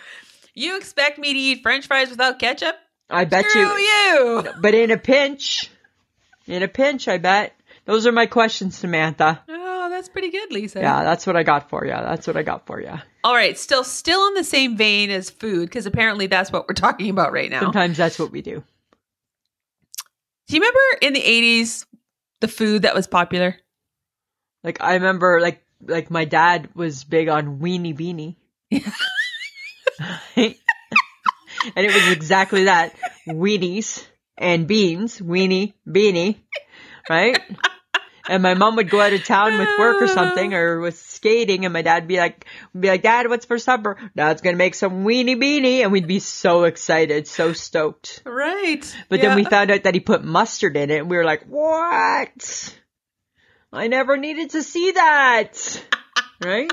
You expect me to eat French fries without ketchup?
I bet
Screw
you.
you.
But in a pinch, in a pinch, I bet. Those are my questions, Samantha.
Oh, that's pretty good, Lisa.
Yeah, that's what I got for you. That's what I got for you.
All right. Still, still in the same vein as food, because apparently that's what we're talking about right now.
Sometimes that's what we do.
Do you remember in the '80s the food that was popular?
Like I remember, like like my dad was big on weenie beanie, and it was exactly that weenies and beans, weenie beanie, right? and my mom would go out of town with work or something or was skating and my dad'd be like be like dad what's for supper dad's gonna make some weenie beanie and we'd be so excited so stoked
Right.
but then we
Yeah.
found out that he put mustard in it and we were like what i never needed to see that right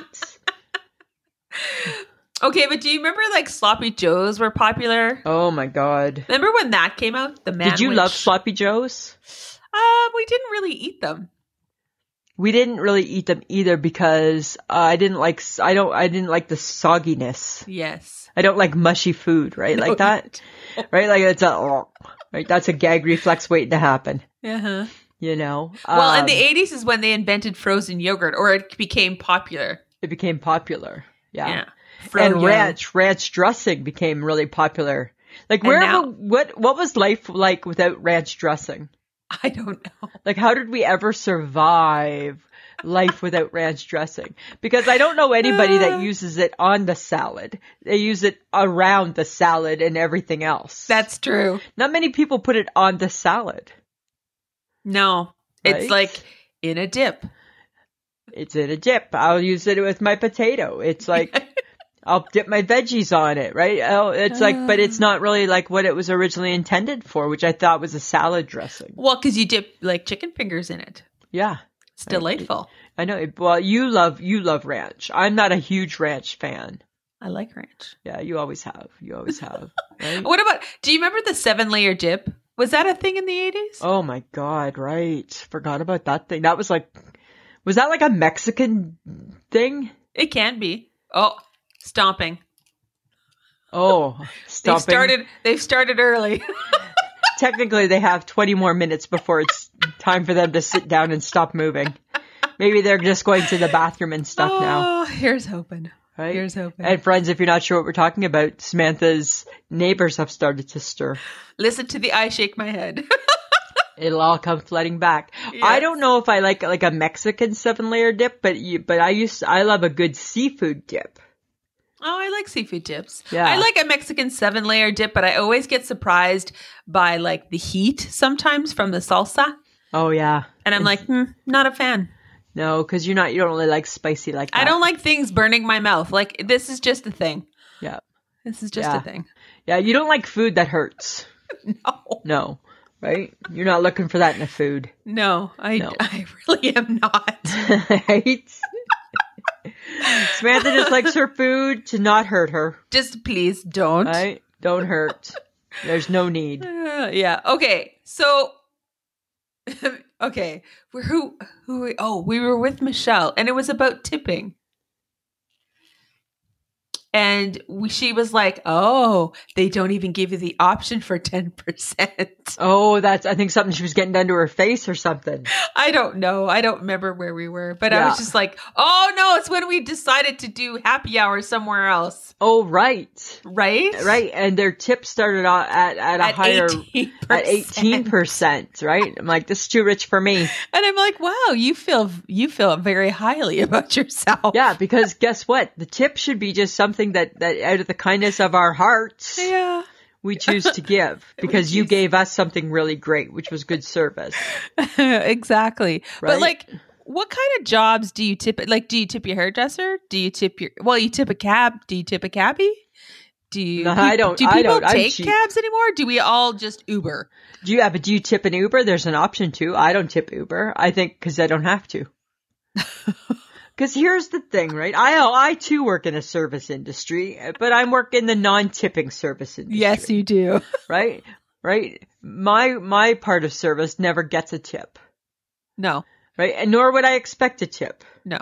Okay, but do you remember like sloppy joes were popular?
oh my god
Remember when that came out? The man.
did you love sloppy joes
Uh, we didn't really eat them.
we didn't really eat them either because uh, I didn't like s- I don't I didn't like the sogginess.
Yes.
I don't like mushy food, right? like that, right? Like it's a right. That's a gag reflex waiting to happen.
Uh-huh.
You know.
Well, in the
Um,
eighties is when they invented frozen yogurt, or it became popular.
it became popular. Yeah.
Yeah.
And
Froyo.
ranch ranch dressing became really popular. Like
And
where
now-
were- what what was life like without ranch dressing?
I don't know.
Like, how did we ever survive life without ranch dressing? Because I don't know anybody
Uh.
that uses it on the salad. They use it around the salad and everything else.
That's true.
not many people put it on the salad.
No,
Right?
it's like in a dip.
It's in a dip. I'll use it with my potato. It's like I'll dip my veggies on it, right? Oh, it's like, but it's not really like what it was originally intended for, which I thought was a salad dressing.
Well, because you dip like chicken fingers in it.
Yeah.
It's delightful.
I know. It, well, you love, you love ranch. I'm not a huge ranch fan.
I like ranch.
Yeah, you always have. You always have. Right?
What about? Do you remember the seven layer dip? Was that a thing in the eighties?
oh my god, right. Forgot about that thing. That was like was that like a Mexican thing?
It can be. Oh, stomping.
Oh,
They've
stomping.
started. They've started early.
Technically, they have 20 more minutes before it's time for them to sit down and stop moving. Maybe they're just going to the bathroom and stuff now.
Oh, here's hoping.
Right?
here's hoping.
And friends, if you're not sure what we're talking about, Samantha's neighbors have started to stir.
Listen to the I shake my head.
It'll all come flooding back. I don't know if I like like a Mexican seven layer dip, but you, but I used I love a good seafood dip.
Oh, I like seafood dips.
Yeah.
I like a Mexican seven layer dip, but I always get surprised by like the heat sometimes from the salsa.
Oh yeah,
And I'm like, hmm, not a fan.
no, because you're not you don't really like spicy like that.
I don't like things burning my mouth. Like, this is just a thing.
Yeah,
This is just
Yeah.
a thing.
yeah, you don't like food that hurts.
No,
No, right? You're not looking for that in a food,
no, I,
No.
I really am not.
right? Samantha just likes her food to not hurt her.
Just please don't.
Right? Don't hurt. There's no need.
Uh, yeah. Okay. So, okay. We're who, who, we- oh, we were with Michelle and it was about tipping. And we, she was like, oh, they don't even give you the option for 10%.
Oh, that's I think something she was getting done to her face or something.
I don't know. I don't remember where we were, but I
Yeah.
was just like, oh, no, it's when we decided to do happy hour somewhere else.
Oh, right.
Right?
Right, and their tip started out at at a
At
higher
18%.
at eighteen percent. Right, I'm like this is too rich for me.
And I'm like, wow, you feel you feel very highly about yourself.
Yeah, because guess what? The tip should be just something that that out of the kindness of our hearts
Yeah.
we choose to give because you gave us something really great, which was good service.
exactly.
Right?
But like, what kind of jobs do you tip? Like, do you tip your hairdresser? Do you tip your? Well, you tip a cab. Do you tip a cabbie? Do you?
No, I don't-
Do
I
people
don't. I'm
take
cheap.
cabs anymore? Do we all just Uber?
Do you? Yeah, but do you tip an Uber? There's an option too. I don't tip Uber. I think because I don't have to. Because here's the thing, right? I oh, I too work in a service industry, but I'm working the non-tipping service industry.
you do.
right? Right? My my part of service never gets a tip,
No,
right? And nor would I expect a tip.
no.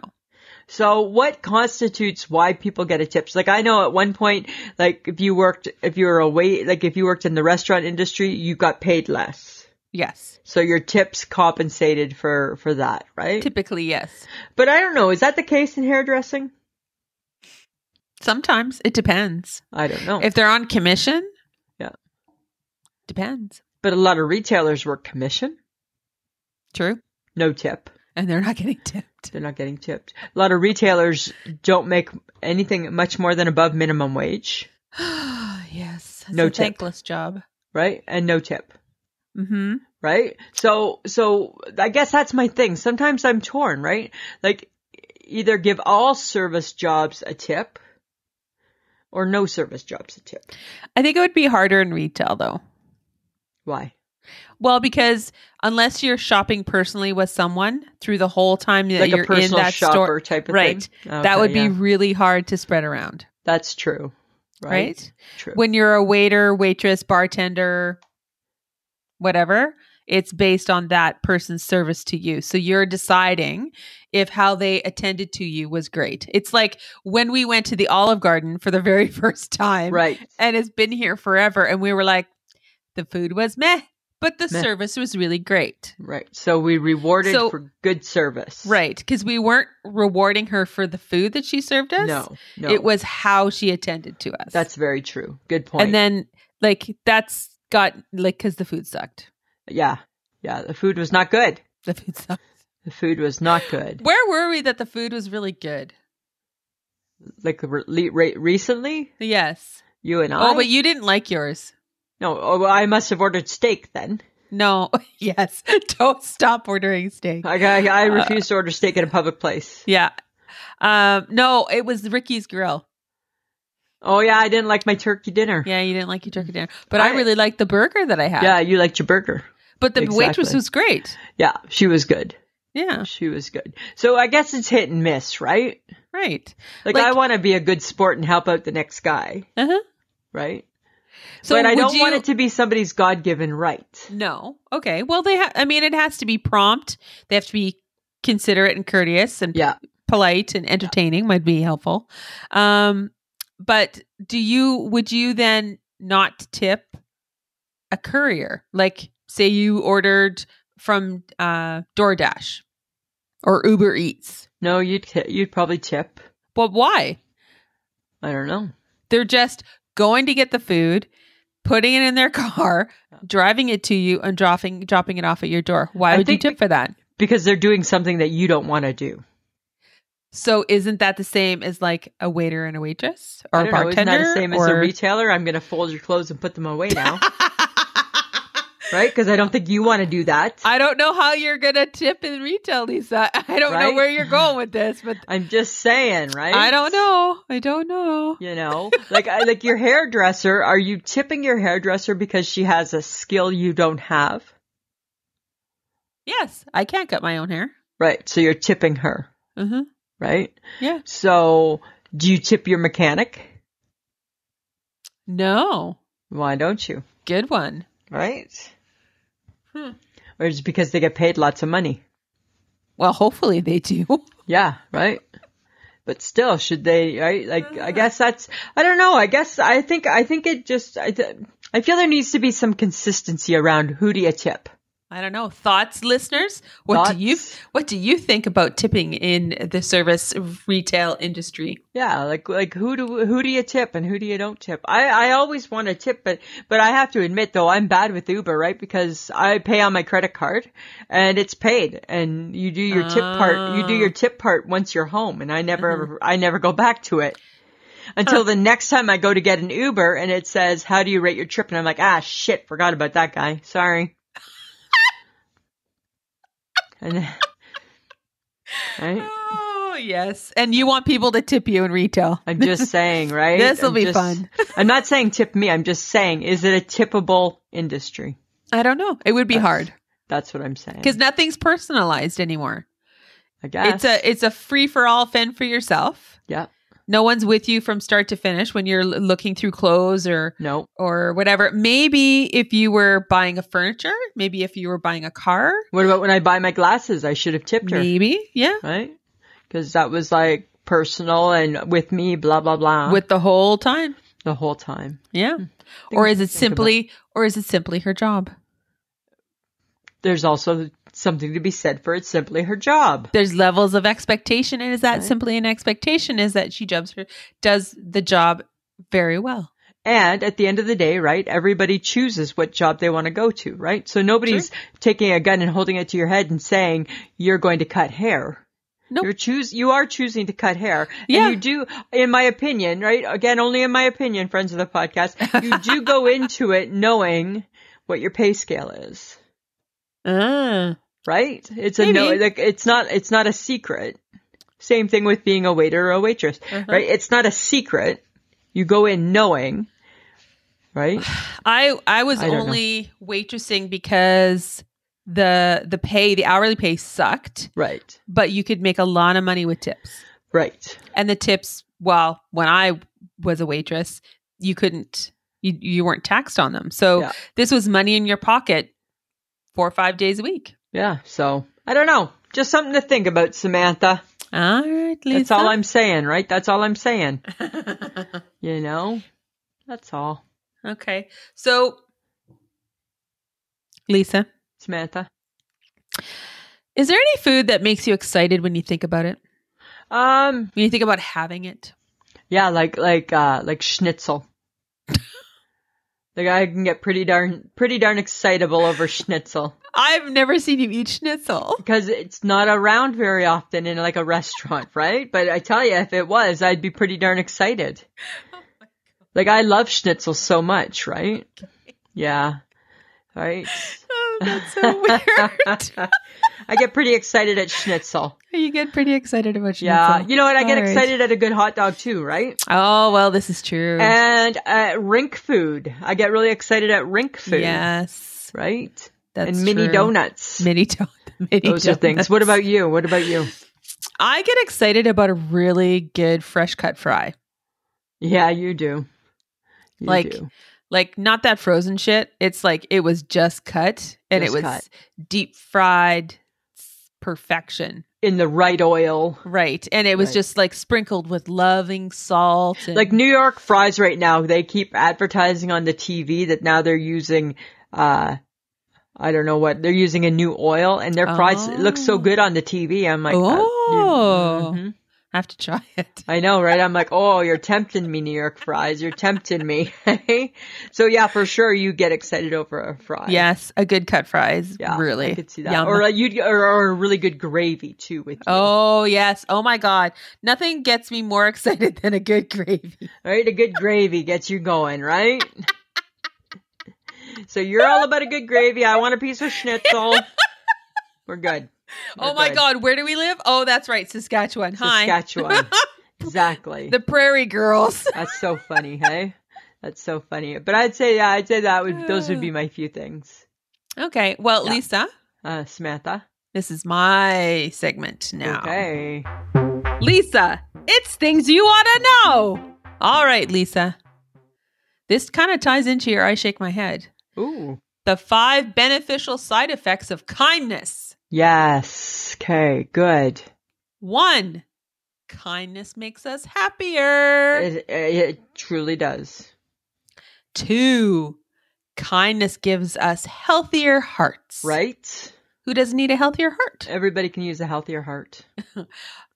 So what constitutes why people get a tip? Like I know at one point, like if you worked, if you were a wait, like if you worked in the restaurant industry, you got paid less.
Yes,
So your tips compensated for for that, right?
typically yes.
But I don't know. Is that the case in hairdressing?
Sometimes it depends
I don't know.
if they're on commission.
Oh. Yeah.
depends.
but a lot of retailers work commission,
True,
no tip.
and they're not getting tipped.
They're not getting tipped. A lot of retailers don't make anything much more than above minimum wage,
yes, it's
No
a
tip.
thankless job.
right? And no tip.
Mm-hmm.
right? So, so I guess that's my thing. Sometimes I'm torn, right? Like either give all service jobs a tip or no service jobs a tip.
I think it would be harder in retail though.
Why?
Well, because unless you're shopping personally with someone through the whole time that
Like
you're
a
in
personal
that
shopper
store,
type of
right?
thing. Okay,
that would be
yeah.
really hard to spread around,
that's true. Right.
right?
True.
When you're a waiter, waitress, bartender, whatever, it's based on that person's service to you. So you're deciding if how they attended to you was great. It's like when we went to the Olive Garden for the very first time,
right.
and it's been here forever, and we were like, the food was meh, but the
Meh.
service was really great.
Right. So we rewarded
So-
for good service.
Right, because we weren't rewarding her for the food that she served us.
No, no.
it was how she attended to us.
That's very true. Good point.
and then like that's got like because the food sucked.
yeah. Yeah. The food was not good.
The food sucked.
The food was not good.
Where were we that the food was really good?
Like re- re- recently,
Yes.
you and I.
Oh, but you didn't like yours.
No, oh, well, I must have ordered steak then.
No. yes. Don't stop ordering steak.
I, I, I
Uh,
refuse to order steak in a public place.
Yeah. Um. No, it was Ricky's Grill.
Oh yeah, I didn't like my turkey dinner.
Yeah, you didn't like your turkey dinner, but I,
I-
really liked the burger that I had.
Yeah, you liked your burger.
But the waitress
exactly.
was great.
Yeah, she was good.
Yeah.
She was good. So I guess it's hit and miss, right?
Right.
Like,
Like-
I want to be a good sport and help out the next guy,
Uh huh.
right?
So
but I
would
don't want
you-
it to be somebody's God-given right.
No. Okay. Well, they have. I mean, it has to be prompt. They have to be considerate and courteous and
Yeah.
polite and entertaining. Might be helpful. Um, but do you? Would you then not tip a courier? Like, say you ordered from uh, DoorDash or Uber Eats.
No, you'd ti- you'd probably tip.
But why?
I don't know.
They're just going to get the food, putting it in their car, driving it to you, and dropping dropping it off at your door. Why
I
would you
think
tip for that?
Because they're doing something that you don't want to do.
So isn't that the same as like a waiter and a waitress
I
or a
don't know, isn't
bartender?
that the same as a
or-
retailer? I'm going to fold your clothes and put them away now. right? Because I don't think you want to do that.
I don't know how you're gonna tip in retail, Lisa. I don't know
Right?
where you're going with this, but
I'm just saying, right?
I don't know. I don't know.
You know, like I, like your hairdresser. Are you tipping your hairdresser because she has a skill you don't have?
Yes, I can't cut my own hair.
Right. So you're tipping her,
hmm
right?
Yeah.
So do you tip your mechanic?
No.
Why don't you?
Good one.
Right. Or is it because they get paid lots of money?
Well, hopefully they do.
Yeah, right. But still, should they? Right? Like, I guess that's. I don't know. I guess I think. I think it just. I. th- I feel there needs to be some consistency around who do you tip.
I don't know. Thoughts, listeners? What do you
Thoughts?
what do you think about tipping in the service retail industry?
Yeah, like like who do who do you tip and who do you don't tip? I I always want to tip, but but I have to admit though I'm bad with Uber, right? Because I pay on my credit card and it's paid, and you do your tip part. You do your tip part once you're home, and I never ever I never go back to it until the next time I go to get an Uber and it says how do you rate your trip, and I'm like ah shit, forgot about that guy, sorry. and right?
Oh yes. And you want people to tip you in retail.
I'm just saying, right?
This'll
I'm
be
just-
fun.
I'm not saying tip me. I'm just saying, is it a tippable industry?
I don't know. It would be hard
That's what I'm saying.
because nothing's personalized anymore.
I guess
It's a it's a free for all fend for yourself.
yeah.
No one's with you from start to finish when you're l- looking through clothes or
No,
or whatever. Maybe if you were buying a furniture, maybe if you were buying a car,
what about when I buy my glasses? I should have tipped her,
maybe yeah,
right? Because that was like personal and with me, blah blah blah,
with the whole time,
the whole time.
yeah. Or is it
Hmm. think about.
simply or is it simply her job?
There's also something to be said for it's simply her job.
there's levels of expectation and is that simply an expectation is that she jobs her, does the job very well
And at the end of the day, right, everybody chooses what job they want to go to, right? So nobody's taking a gun and holding it to your head and saying, you're going to cut hair.
Nope.
You're choose, you are choosing to cut hair.
Yeah.
And you do, in my opinion, right? Again, only in my opinion, friends of the podcast, you do go into it knowing what your pay scale is, uh.
Ah.
right? It's a no,
Maybe.
like it's not it's not a secret. Same thing with being a waiter or a waitress,
Uh-huh.
right? It's not a secret. You go in knowing, right?
I I was
I don't know.
only waitressing because the the pay, the hourly pay sucked,
Right.
but you could make a lot of money with tips.
Right.
And the tips, well, when I was a waitress, you couldn't you you weren't taxed on them. So
Yeah.
this was money in your pocket 4 or 5 days a week.
Yeah. So I don't know. Just something to think about, Samantha.
All right, Lisa.
That's all I'm saying, right? That's all I'm saying. You know? That's all.
Okay. So Lisa,
Samantha.
is there any food that makes you excited when you think about it?
Um
When you think about having it?
yeah, like like uh like schnitzel. like I can get pretty darn pretty darn excitable over schnitzel.
I've never seen you eat schnitzel.
Because it's not around very often in like a restaurant, right? But I tell you, if it was, I'd be pretty darn excited. Like I love schnitzel so much, right? Yeah. Right.
Oh, that's so weird.
I get pretty excited at schnitzel.
you get pretty excited about schnitzel.
Yeah. You know what? I get
All right.
excited at a good hot dog too, right?
Oh well, this is true.
And uh, rink food. I get really excited at rink food.
Yes,
Right?
that's
and mini
true.
donuts.
Mini donut. Mini
Those are things.
donuts.
What about you? What about you?
I get excited about a really good fresh cut fry,
Yeah, you do. You
like
do.
like not that frozen shit. It's like it was just cut and
Just
it was
cut.
deep fried s- perfection,
in the right oil.
right? And it was
Right.
just like sprinkled with loving salt. And,
Like New York fries right now, they keep advertising on the TV that now they're using uh I don't know what they're using a new oil and their fries
Oh.
look so good on the TV. I'm like, uh, you-
Oh.
mhm.
I have to try it.
I know, right? I'm like, oh, you're tempting me, New York fries. You're tempting me. so yeah, for sure, you get excited over a fry.
Yes, a good cut fries.
yeah,
really.
I could see that.
Yum.
Or you, or, or a really good gravy too with you.
oh yes. Oh my god. Nothing gets me more excited than a good gravy.
right, a good gravy gets you going, right? so you're all about a good gravy. I want a piece of schnitzel. We're good. We're
oh my
good.
god. Where do we live? Oh, that's right, Saskatchewan. Hi,
Saskatchewan. exactly.
the Prairie Girls.
That's so funny, hey? That's so funny. But I'd say, yeah, I'd say that would those would be my few things.
okay. Well,
Yeah.
Lisa,
Uh, Samantha.
this is my segment now.
Okay.
Lisa, it's things you want to know. All right, Lisa. This kind of ties into your I shake my head.
Ooh.
The five beneficial side effects of kindness.
Yes. Okay. Good.
One, kindness makes us happier.
It, it truly does.
Two, kindness gives us healthier hearts.
Right.
Who doesn't need a healthier heart?
Everybody can use a healthier heart.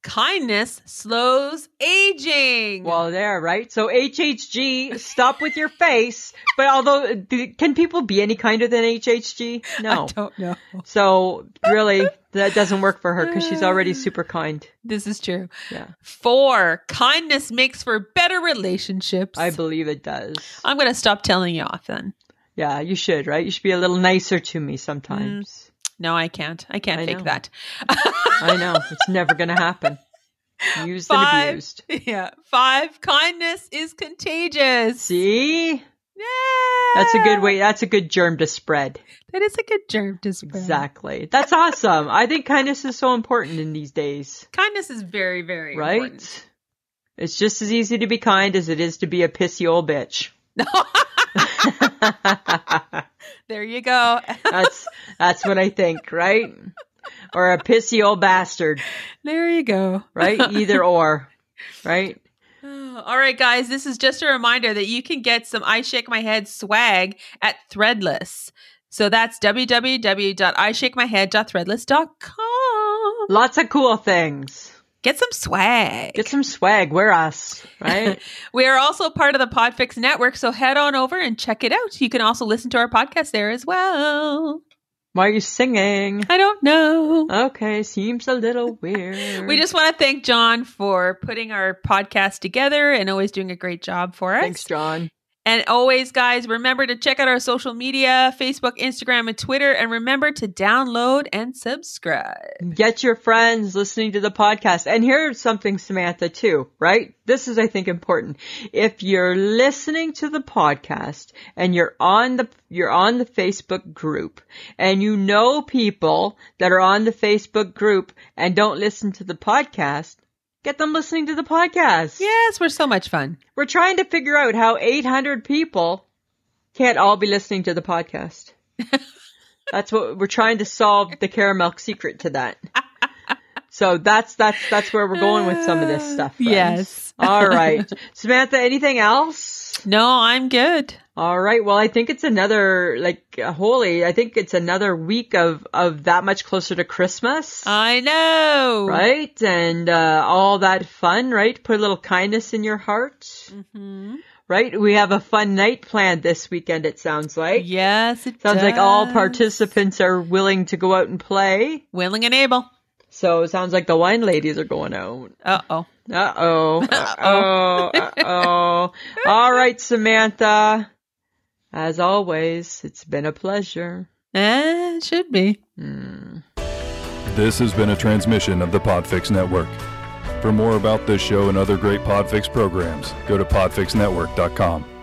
Kindness slows aging.
Well, there, right? So HHG, stop with your face. But although, do, can people be any kinder than HHG?
I
No.
don't know.
So really, that doesn't work for her because she's already super kind.
This is true.
Yeah.
Four, kindness makes for better relationships.
I believe it does.
I'm going to stop telling you off then.
Yeah, you should, right? You should be a little nicer to me
Mm.
sometimes.
No, I can't. I can't
I
fake
know.
that.
I know. It's never going to happen. Used and
Five.
abused.
Yeah. Five, kindness is contagious.
See?
Yeah.
That's a good way. That's a good germ to spread.
That is a good germ to spread.
Exactly. That's awesome. I think kindness is so important in these days.
Kindness is very, very
right?
important.
It's just as easy to be kind as it is to be a pissy old bitch.
there you go.
that's that's what I think, right? Or a pissy old bastard,
there you go.
right? Either or, right?
All right, guys, this is just a reminder that you can get some I Shake My Head swag at Threadless. So that's www.ishakemyhead.threadless.com.
Lots of cool things.
Get some swag.
Get some swag. Wear us, right?
We are also part of the Podfix Network, so head on over and check it out. You can also listen to our podcast there as well.
Why are you singing?
I don't know.
Okay, seems a little weird.
We just want to thank John for putting our podcast together and always doing a great job for us.
thanks, John.
And always, guys, remember to check out our social media Facebook, Instagram, and Twitter. And remember to download and subscribe.
Get your friends listening to the podcast. And here's something, Samantha, too, right? This is, I think, important. If you're listening to the podcast and you're on the, you're on the Facebook group and you know people that are on the Facebook group and don't listen to the podcast, get them listening to the podcast.
Yes, we're so much fun.
We're trying to figure out how 800 people can't all be listening to the podcast. that's what we're trying to solve the caramel secret to that. So that's that's that's where we're going with some of this stuff. friends.
Yes.
All right. Samantha, anything else?
No, I'm good.
All right. Well, I think it's another like uh, holy. I think it's another week of of that much closer to Christmas
I know.
right? And uh, all that fun, right? Put a little kindness in your heart,
hmm
right? We have a fun night planned this weekend. It sounds like
Yes, it
sounds like all
does.
participants are willing to go out and play.
willing and able.
So it sounds like the wine ladies are going out.
Uh oh.
Uh oh. Uh oh. Uh oh. All right, Samantha. As always, it's been a pleasure.
Eh, it should be.
This has been a transmission of the Podfix Network. For more about this show and other great Podfix programs, go to podfixnetwork.com.